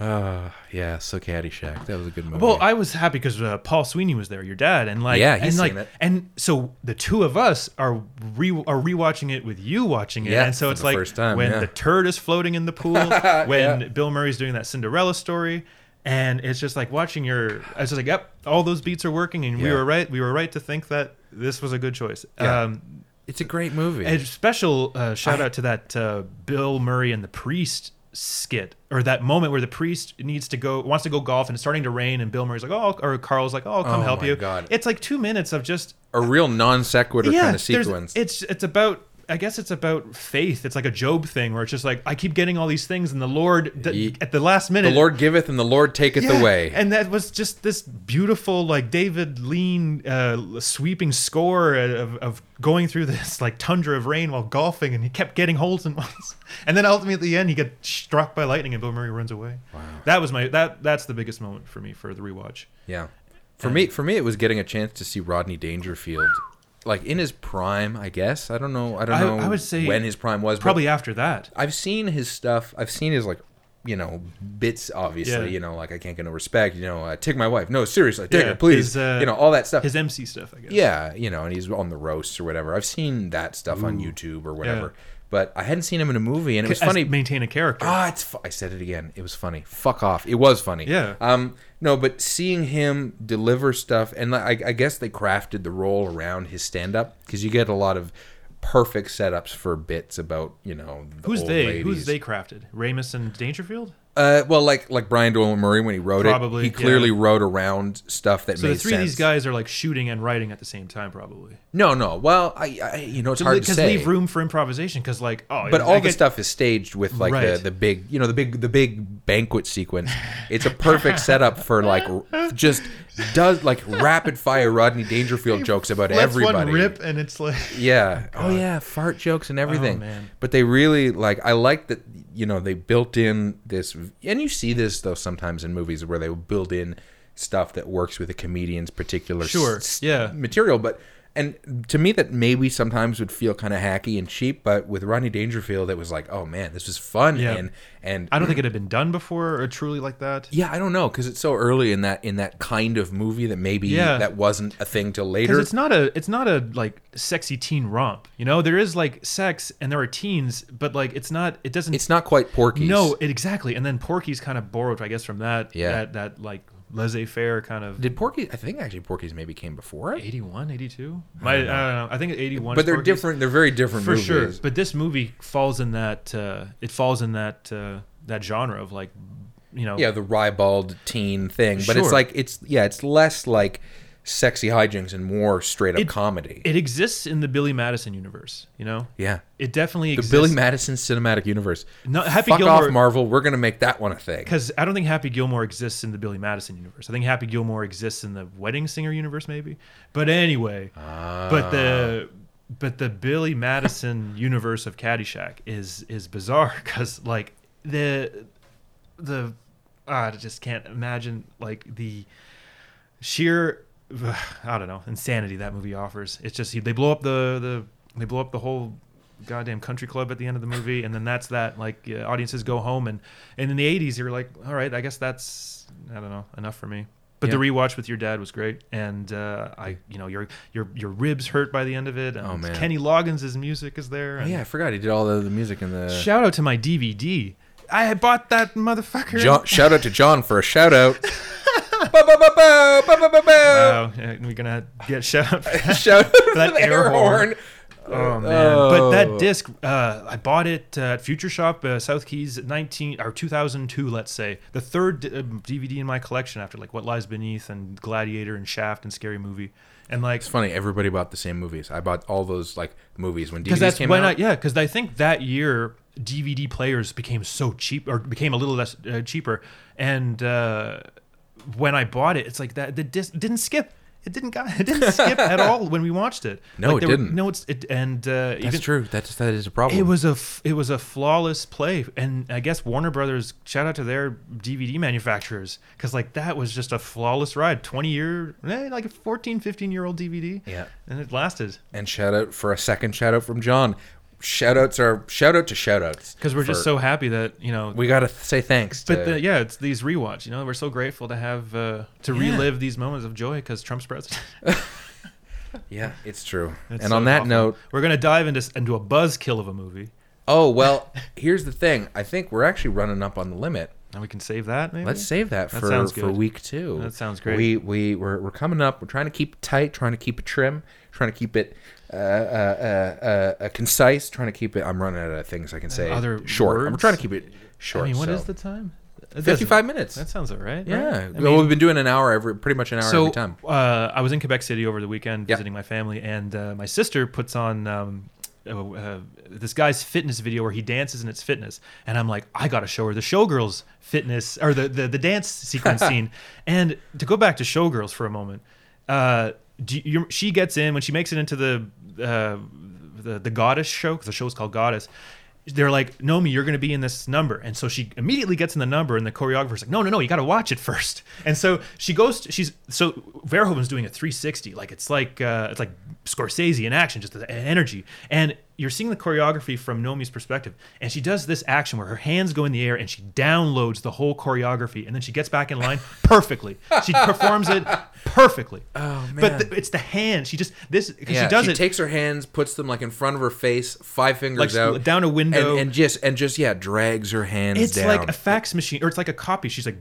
S1: Uh, yeah, so Caddyshack. That was a good movie.
S2: well i was happy because uh, paul sweeney was there your dad and like
S1: Yeah, he's
S2: and like
S1: seen it.
S2: and so the two of us are re are rewatching it with you watching it
S1: Yeah,
S2: and so
S1: for
S2: it's
S1: the
S2: like
S1: first time,
S2: when
S1: yeah.
S2: the turd is floating in the pool when bill murray's doing that cinderella story and it's just like watching your i was just like yep all those beats are working and we
S1: Yeah.
S2: were right we were right to think that this was a good choice
S1: Yeah.
S2: um
S1: it's a great movie.
S2: A special uh, shout out to that uh, Bill Murray and the priest skit, or that moment where the priest needs to go, wants to go golf, and it's starting to rain, and Bill Murray's like, "Oh," or Carl's like, "Oh, I'll come
S1: Oh
S2: help
S1: my
S2: you."
S1: God.
S2: It's like two minutes of just
S1: a real non sequitur
S2: yeah.
S1: kind of
S2: there's-
S1: sequence.
S2: It's it's about. I guess it's about faith. It's like a Job thing where it's just like I keep getting all these things, and the Lord d-
S1: Ye-
S2: at the last minute,
S1: the Lord giveth and the Lord taketh
S2: Yeah,
S1: away.
S2: And that was just this beautiful, like David Lean uh, sweeping score of, of going through this like tundra of rain while golfing, and he kept getting holes in ones. And then ultimately at the end, he got struck by lightning, and Bill Murray runs away. Wow. That was my that that's the biggest moment for me for the rewatch.
S1: yeah. For me, for me, it was getting a chance to see Rodney Dangerfield, like in his prime. I guess I don't know. I don't
S2: I-
S1: know.
S2: I would say
S1: when his prime was. but
S2: Probably after that.
S1: I've seen his stuff. I've seen his like, you know, bits. Obviously,
S2: Yeah.
S1: you know, like I can't get no respect. You know, uh, take my wife. No, seriously, take
S2: Yeah,
S1: her, please.
S2: his, uh,
S1: you know, all that stuff.
S2: His MC stuff, I guess.
S1: Yeah, you know, and he's on the roasts or whatever. I've seen that stuff on YouTube or whatever. But I hadn't seen him in a movie, and it was
S2: As
S1: funny.
S2: maintain a character.
S1: Ah, it's. Fu- I said it again. It was funny. Fuck off. It was funny.
S2: Yeah.
S1: Um. No, but seeing him deliver stuff, and like, I, I guess they crafted the role around his stand-up because you get a lot of perfect setups for bits about you know the
S2: Who's
S1: old
S2: they?
S1: Ladies.
S2: Who's they crafted? Ramus and Dangerfield.
S1: Uh, well, like like Brian Doyle Murray when he wrote
S2: Probably,
S1: it, he
S2: yeah.
S1: clearly wrote around stuff that
S2: So
S1: made
S2: the three
S1: sense.
S2: of these guys are like shooting and writing at the same time, probably.
S1: No, no. Well, I, I you know it's hard to
S2: because
S1: say.
S2: leave room for improvisation because like oh
S1: but
S2: I
S1: all the
S2: get-
S1: stuff is staged with like
S2: Right.
S1: the, the big you know the big the big banquet sequence it's a perfect setup for like r- just does like rapid fire rodney dangerfield jokes about
S2: lets
S1: everybody
S2: one rip and it's like
S1: yeah oh yeah fart jokes and everything
S2: Oh, man.
S1: but they really like i like that you know they built in this and you see this though sometimes in movies where they will build in stuff that works with a comedian's particular s-
S2: Sure,
S1: s-
S2: yeah.
S1: material but and to me that maybe sometimes would feel kind of hacky and cheap but with rodney dangerfield it was like oh man this was fun
S2: Yeah.
S1: and and
S2: I don't think it had been done before or truly like that.
S1: yeah i don't know because it's so early in that in that kind of movie that maybe
S2: Yeah.
S1: that wasn't a thing till later
S2: Because it's not a, it's not a like sexy teen romp, you know. There is like sex, and there are teens, but like it's not, it doesn't.
S1: it's not quite porky
S2: no, it, exactly. And then Porky's kind of borrowed, I guess, from that.
S1: Yeah.
S2: That that like laissez-faire kind of.
S1: Did Porky? I think actually Porky's maybe came before it.
S2: 81, 82? My, I don't know. I think 81.
S1: But they're
S2: Porky's.
S1: different. They're very different
S2: for
S1: movies.
S2: sure. But this movie falls in that. Uh, it falls in that uh, that genre of like, you know,
S1: yeah, the ribald teen thing. But it's
S2: Sure.
S1: like it's yeah, it's less like sexy hijinks and more straight up
S2: It-
S1: comedy.
S2: It exists in the Billy Madison universe, you know?
S1: yeah.
S2: It definitely
S1: The
S2: exists.
S1: Billy Madison cinematic universe.
S2: No, Happy
S1: Fuck
S2: Gilmore-
S1: off, Marvel. We're gonna make that one a thing.
S2: Because I don't think Happy Gilmore exists in the Billy Madison universe. I think Happy Gilmore exists in the Wedding Singer universe, maybe. But anyway,
S1: Uh,
S2: but the but the Billy Madison universe of Caddyshack is is bizarre because like the the ah, I just can't imagine like the sheer I don't know insanity that movie offers. It's just they blow up the the they blow up the whole goddamn country club at the end of the movie, and then that's that. Like uh, audiences go home, and and in the '80s you're like, all right, I guess that's I don't know enough for me. But the
S1: Yeah.
S2: rewatch with your dad was great, and uh, I you know your your your ribs hurt by the end of it. And
S1: Oh, man.
S2: Kenny Loggins' music is there.
S1: Oh,
S2: And
S1: yeah, I forgot he did all the, the music in the.
S2: Shout out to my DVD. I had bought that motherfucker.
S1: John, shout out to John for a shout out. Ba, ba, ba, ba, ba, ba, ba, ba.
S2: Wow, Oh, yeah, we're gonna get shout out. Uh, for that.
S1: Shout out for
S2: That
S1: the
S2: air
S1: air horn.
S2: Oh man! But
S1: Oh.
S2: that disc, uh, I bought it uh, at Future Shop, uh, South Keys, nineteen or two thousand two. Let's say the third d- uh, DVD in my collection after like What Lies Beneath and Gladiator and Shaft and Scary Movie, and like
S1: It's funny. Everybody bought the same movies. I bought all those like movies when DVDs
S2: because that's
S1: came
S2: when
S1: out.
S2: I yeah because I think that year DVD players became so cheap or became a little less uh, cheaper, and uh, when I bought it, it's like that the disc didn't skip. It didn't. go- It didn't skip at all when we watched it.
S1: No,
S2: Like,
S1: it
S2: there were-
S1: didn't.
S2: no, it's it, and uh,
S1: That's
S2: even,
S1: true. That's that is a problem.
S2: It was a f- it was a flawless play, and I guess Warner Brothers shout out to their DVD manufacturers because like that was just a flawless ride. Twenty year, eh, like a 14, 15 year old DVD,
S1: Yeah.
S2: and it lasted
S1: and shout out for a second shout out from John. Shout outs are shout out to shout outs
S2: because we're just so happy that you know.
S1: We gotta th- say thanks. To,
S2: but the, yeah, it's these rewatch. You know, we're so grateful to have uh, to
S1: Yeah.
S2: relive these moments of joy because Trump's president.
S1: yeah, it's true.
S2: It's
S1: and
S2: so
S1: on that
S2: awful.
S1: note,
S2: we're gonna dive into into a buzzkill of a movie,
S1: oh well. here's the thing. I think we're actually running up on the limit.
S2: and we can save that. Maybe
S1: Let's save that
S2: That
S1: for
S2: sounds
S1: for
S2: good.
S1: week two.
S2: That sounds great.
S1: We we we're, we're coming up. We're trying to keep it tight. Trying to keep it trim. Trying to keep it uh, uh, uh, uh, concise. Trying to keep it. I'm running out of things I can say.
S2: other
S1: short. I'm
S2: words?
S1: trying to keep it short.
S2: I mean, what
S1: so.
S2: is the time? It doesn't-
S1: 55 minutes.
S2: That sounds all right.
S1: yeah.
S2: right? I
S1: well,
S2: mean-
S1: we've been doing an hour every, pretty much an hour
S2: so
S1: every time.
S2: Uh, I was in Quebec City over the weekend
S1: Yeah.
S2: visiting my family, and uh, my sister puts on um, uh, uh, this guy's fitness video where he dances and it's fitness, and I'm like, I gotta show her the showgirls fitness or the the, the dance sequence scene. And to go back to showgirls for a moment, uh, do you, she gets in when she makes it into the uh, the, the goddess show because the show's called Goddess they're like, Nomi, you're going to be in this number. And so she immediately gets in the number, and the choreographer's like, no, no, no, you got to watch it first. And so she goes, to, she's, so Verhoeven's doing a 360. Like, it's like, uh, it's like Scorsese in action, just the energy. And you're seeing the choreography from Nomi's perspective. And she does this action where her hands go in the air and she downloads the whole choreography. And then she gets back in line perfectly. She performs it perfectly.
S1: Oh, man.
S2: But the, it's the hand. She just, this, 'cause she does it.
S1: takes her hands, puts them like in front of her face, five fingers
S2: Like,
S1: out,
S2: down a window.
S1: and, and just and just yeah, drags her hands
S2: it's
S1: down
S2: like a fax machine, or it's like a copy. She's like,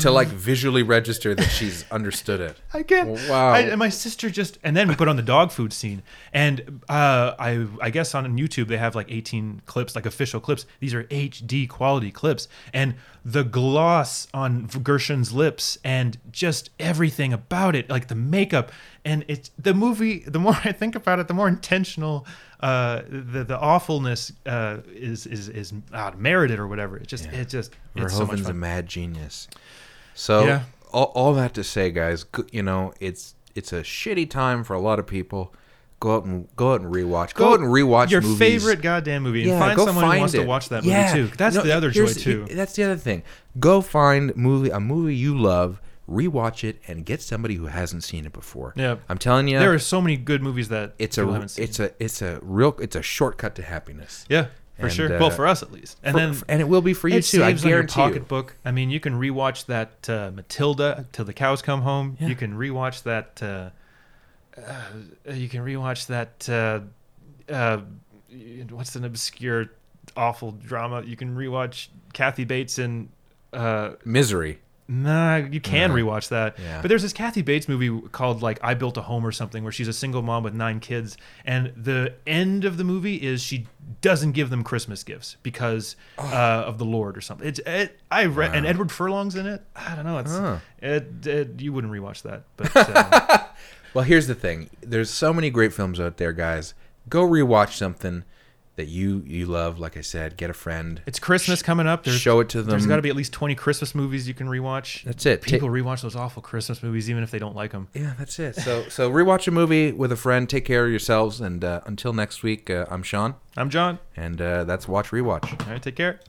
S1: to like visually register that she's understood it.
S2: I can't.
S1: Wow.
S2: I, and my sister just, and then we put on the dog food scene, and uh, I, I guess on YouTube they have like 18 clips, like official clips. These are HD quality clips, and the gloss on Gershon's lips, and just everything about it, like the makeup, and it's the movie. The more I think about it, the more intentional, uh, the the awfulness uh, is is is uh, merited or whatever. It just it just it's so much
S1: Verhoeven's a
S2: fun.
S1: mad genius. So
S2: Yeah.
S1: all, all that to say, guys, g- you know it's it's a shitty time for a lot of people. Go out and go out and rewatch. Go, out and rewatch
S2: your
S1: movies.
S2: favorite goddamn movie and find
S1: go
S2: someone who wants
S1: find
S2: to
S1: it.
S2: watch that
S1: Yeah.
S2: movie too. That's
S1: No,
S2: the other joy
S1: here's-
S2: too.
S1: That's the other thing. Go find movie a movie you love, rewatch it, and get somebody who hasn't seen it before.
S2: Yeah.
S1: I'm telling you,
S2: There are so many good movies that
S1: it's
S2: people
S1: a
S2: haven't seen.
S1: it's a it's a real it's a shortcut to happiness.
S2: yeah, for
S1: and,
S2: sure.
S1: uh,
S2: well, for us at least. And
S1: For-
S2: then
S1: f- and it will be for you
S2: it
S1: too. I
S2: saves on your
S1: guarantee you.
S2: pocketbook. I mean, you can rewatch that uh, Matilda till the cows come home. You can rewatch that. Uh, uh, you can rewatch that. Uh, uh, what's an obscure, awful drama? You can rewatch Kathy Bates in. Uh,
S1: Misery.
S2: Nah, you can rewatch that.
S1: Yeah.
S2: But there's this Kathy Bates movie called like I Built a Home or something where she's a single mom with nine kids and the end of the movie is she doesn't give them Christmas gifts because uh, of the Lord or something. It's it, I read and Edward Furlong's in it. I don't know. It's
S1: Huh.
S2: it, it, you wouldn't rewatch that. But uh,
S1: Well, here's the thing. There's so many great films out there, guys. Go rewatch something that you you love. Like I said, get a friend.
S2: It's Christmas coming up. There's,
S1: show it to
S2: There's
S1: them.
S2: got to be at least 20 Christmas movies you can rewatch.
S1: That's it.
S2: People rewatch those awful Christmas movies even if they don't like them.
S1: Yeah, that's it. So so rewatch a movie with a friend. Take care of yourselves, and uh, until next week, uh, I'm Sean,
S2: I'm John.
S1: and uh, that's Watch Rewatch.
S2: All right, take care.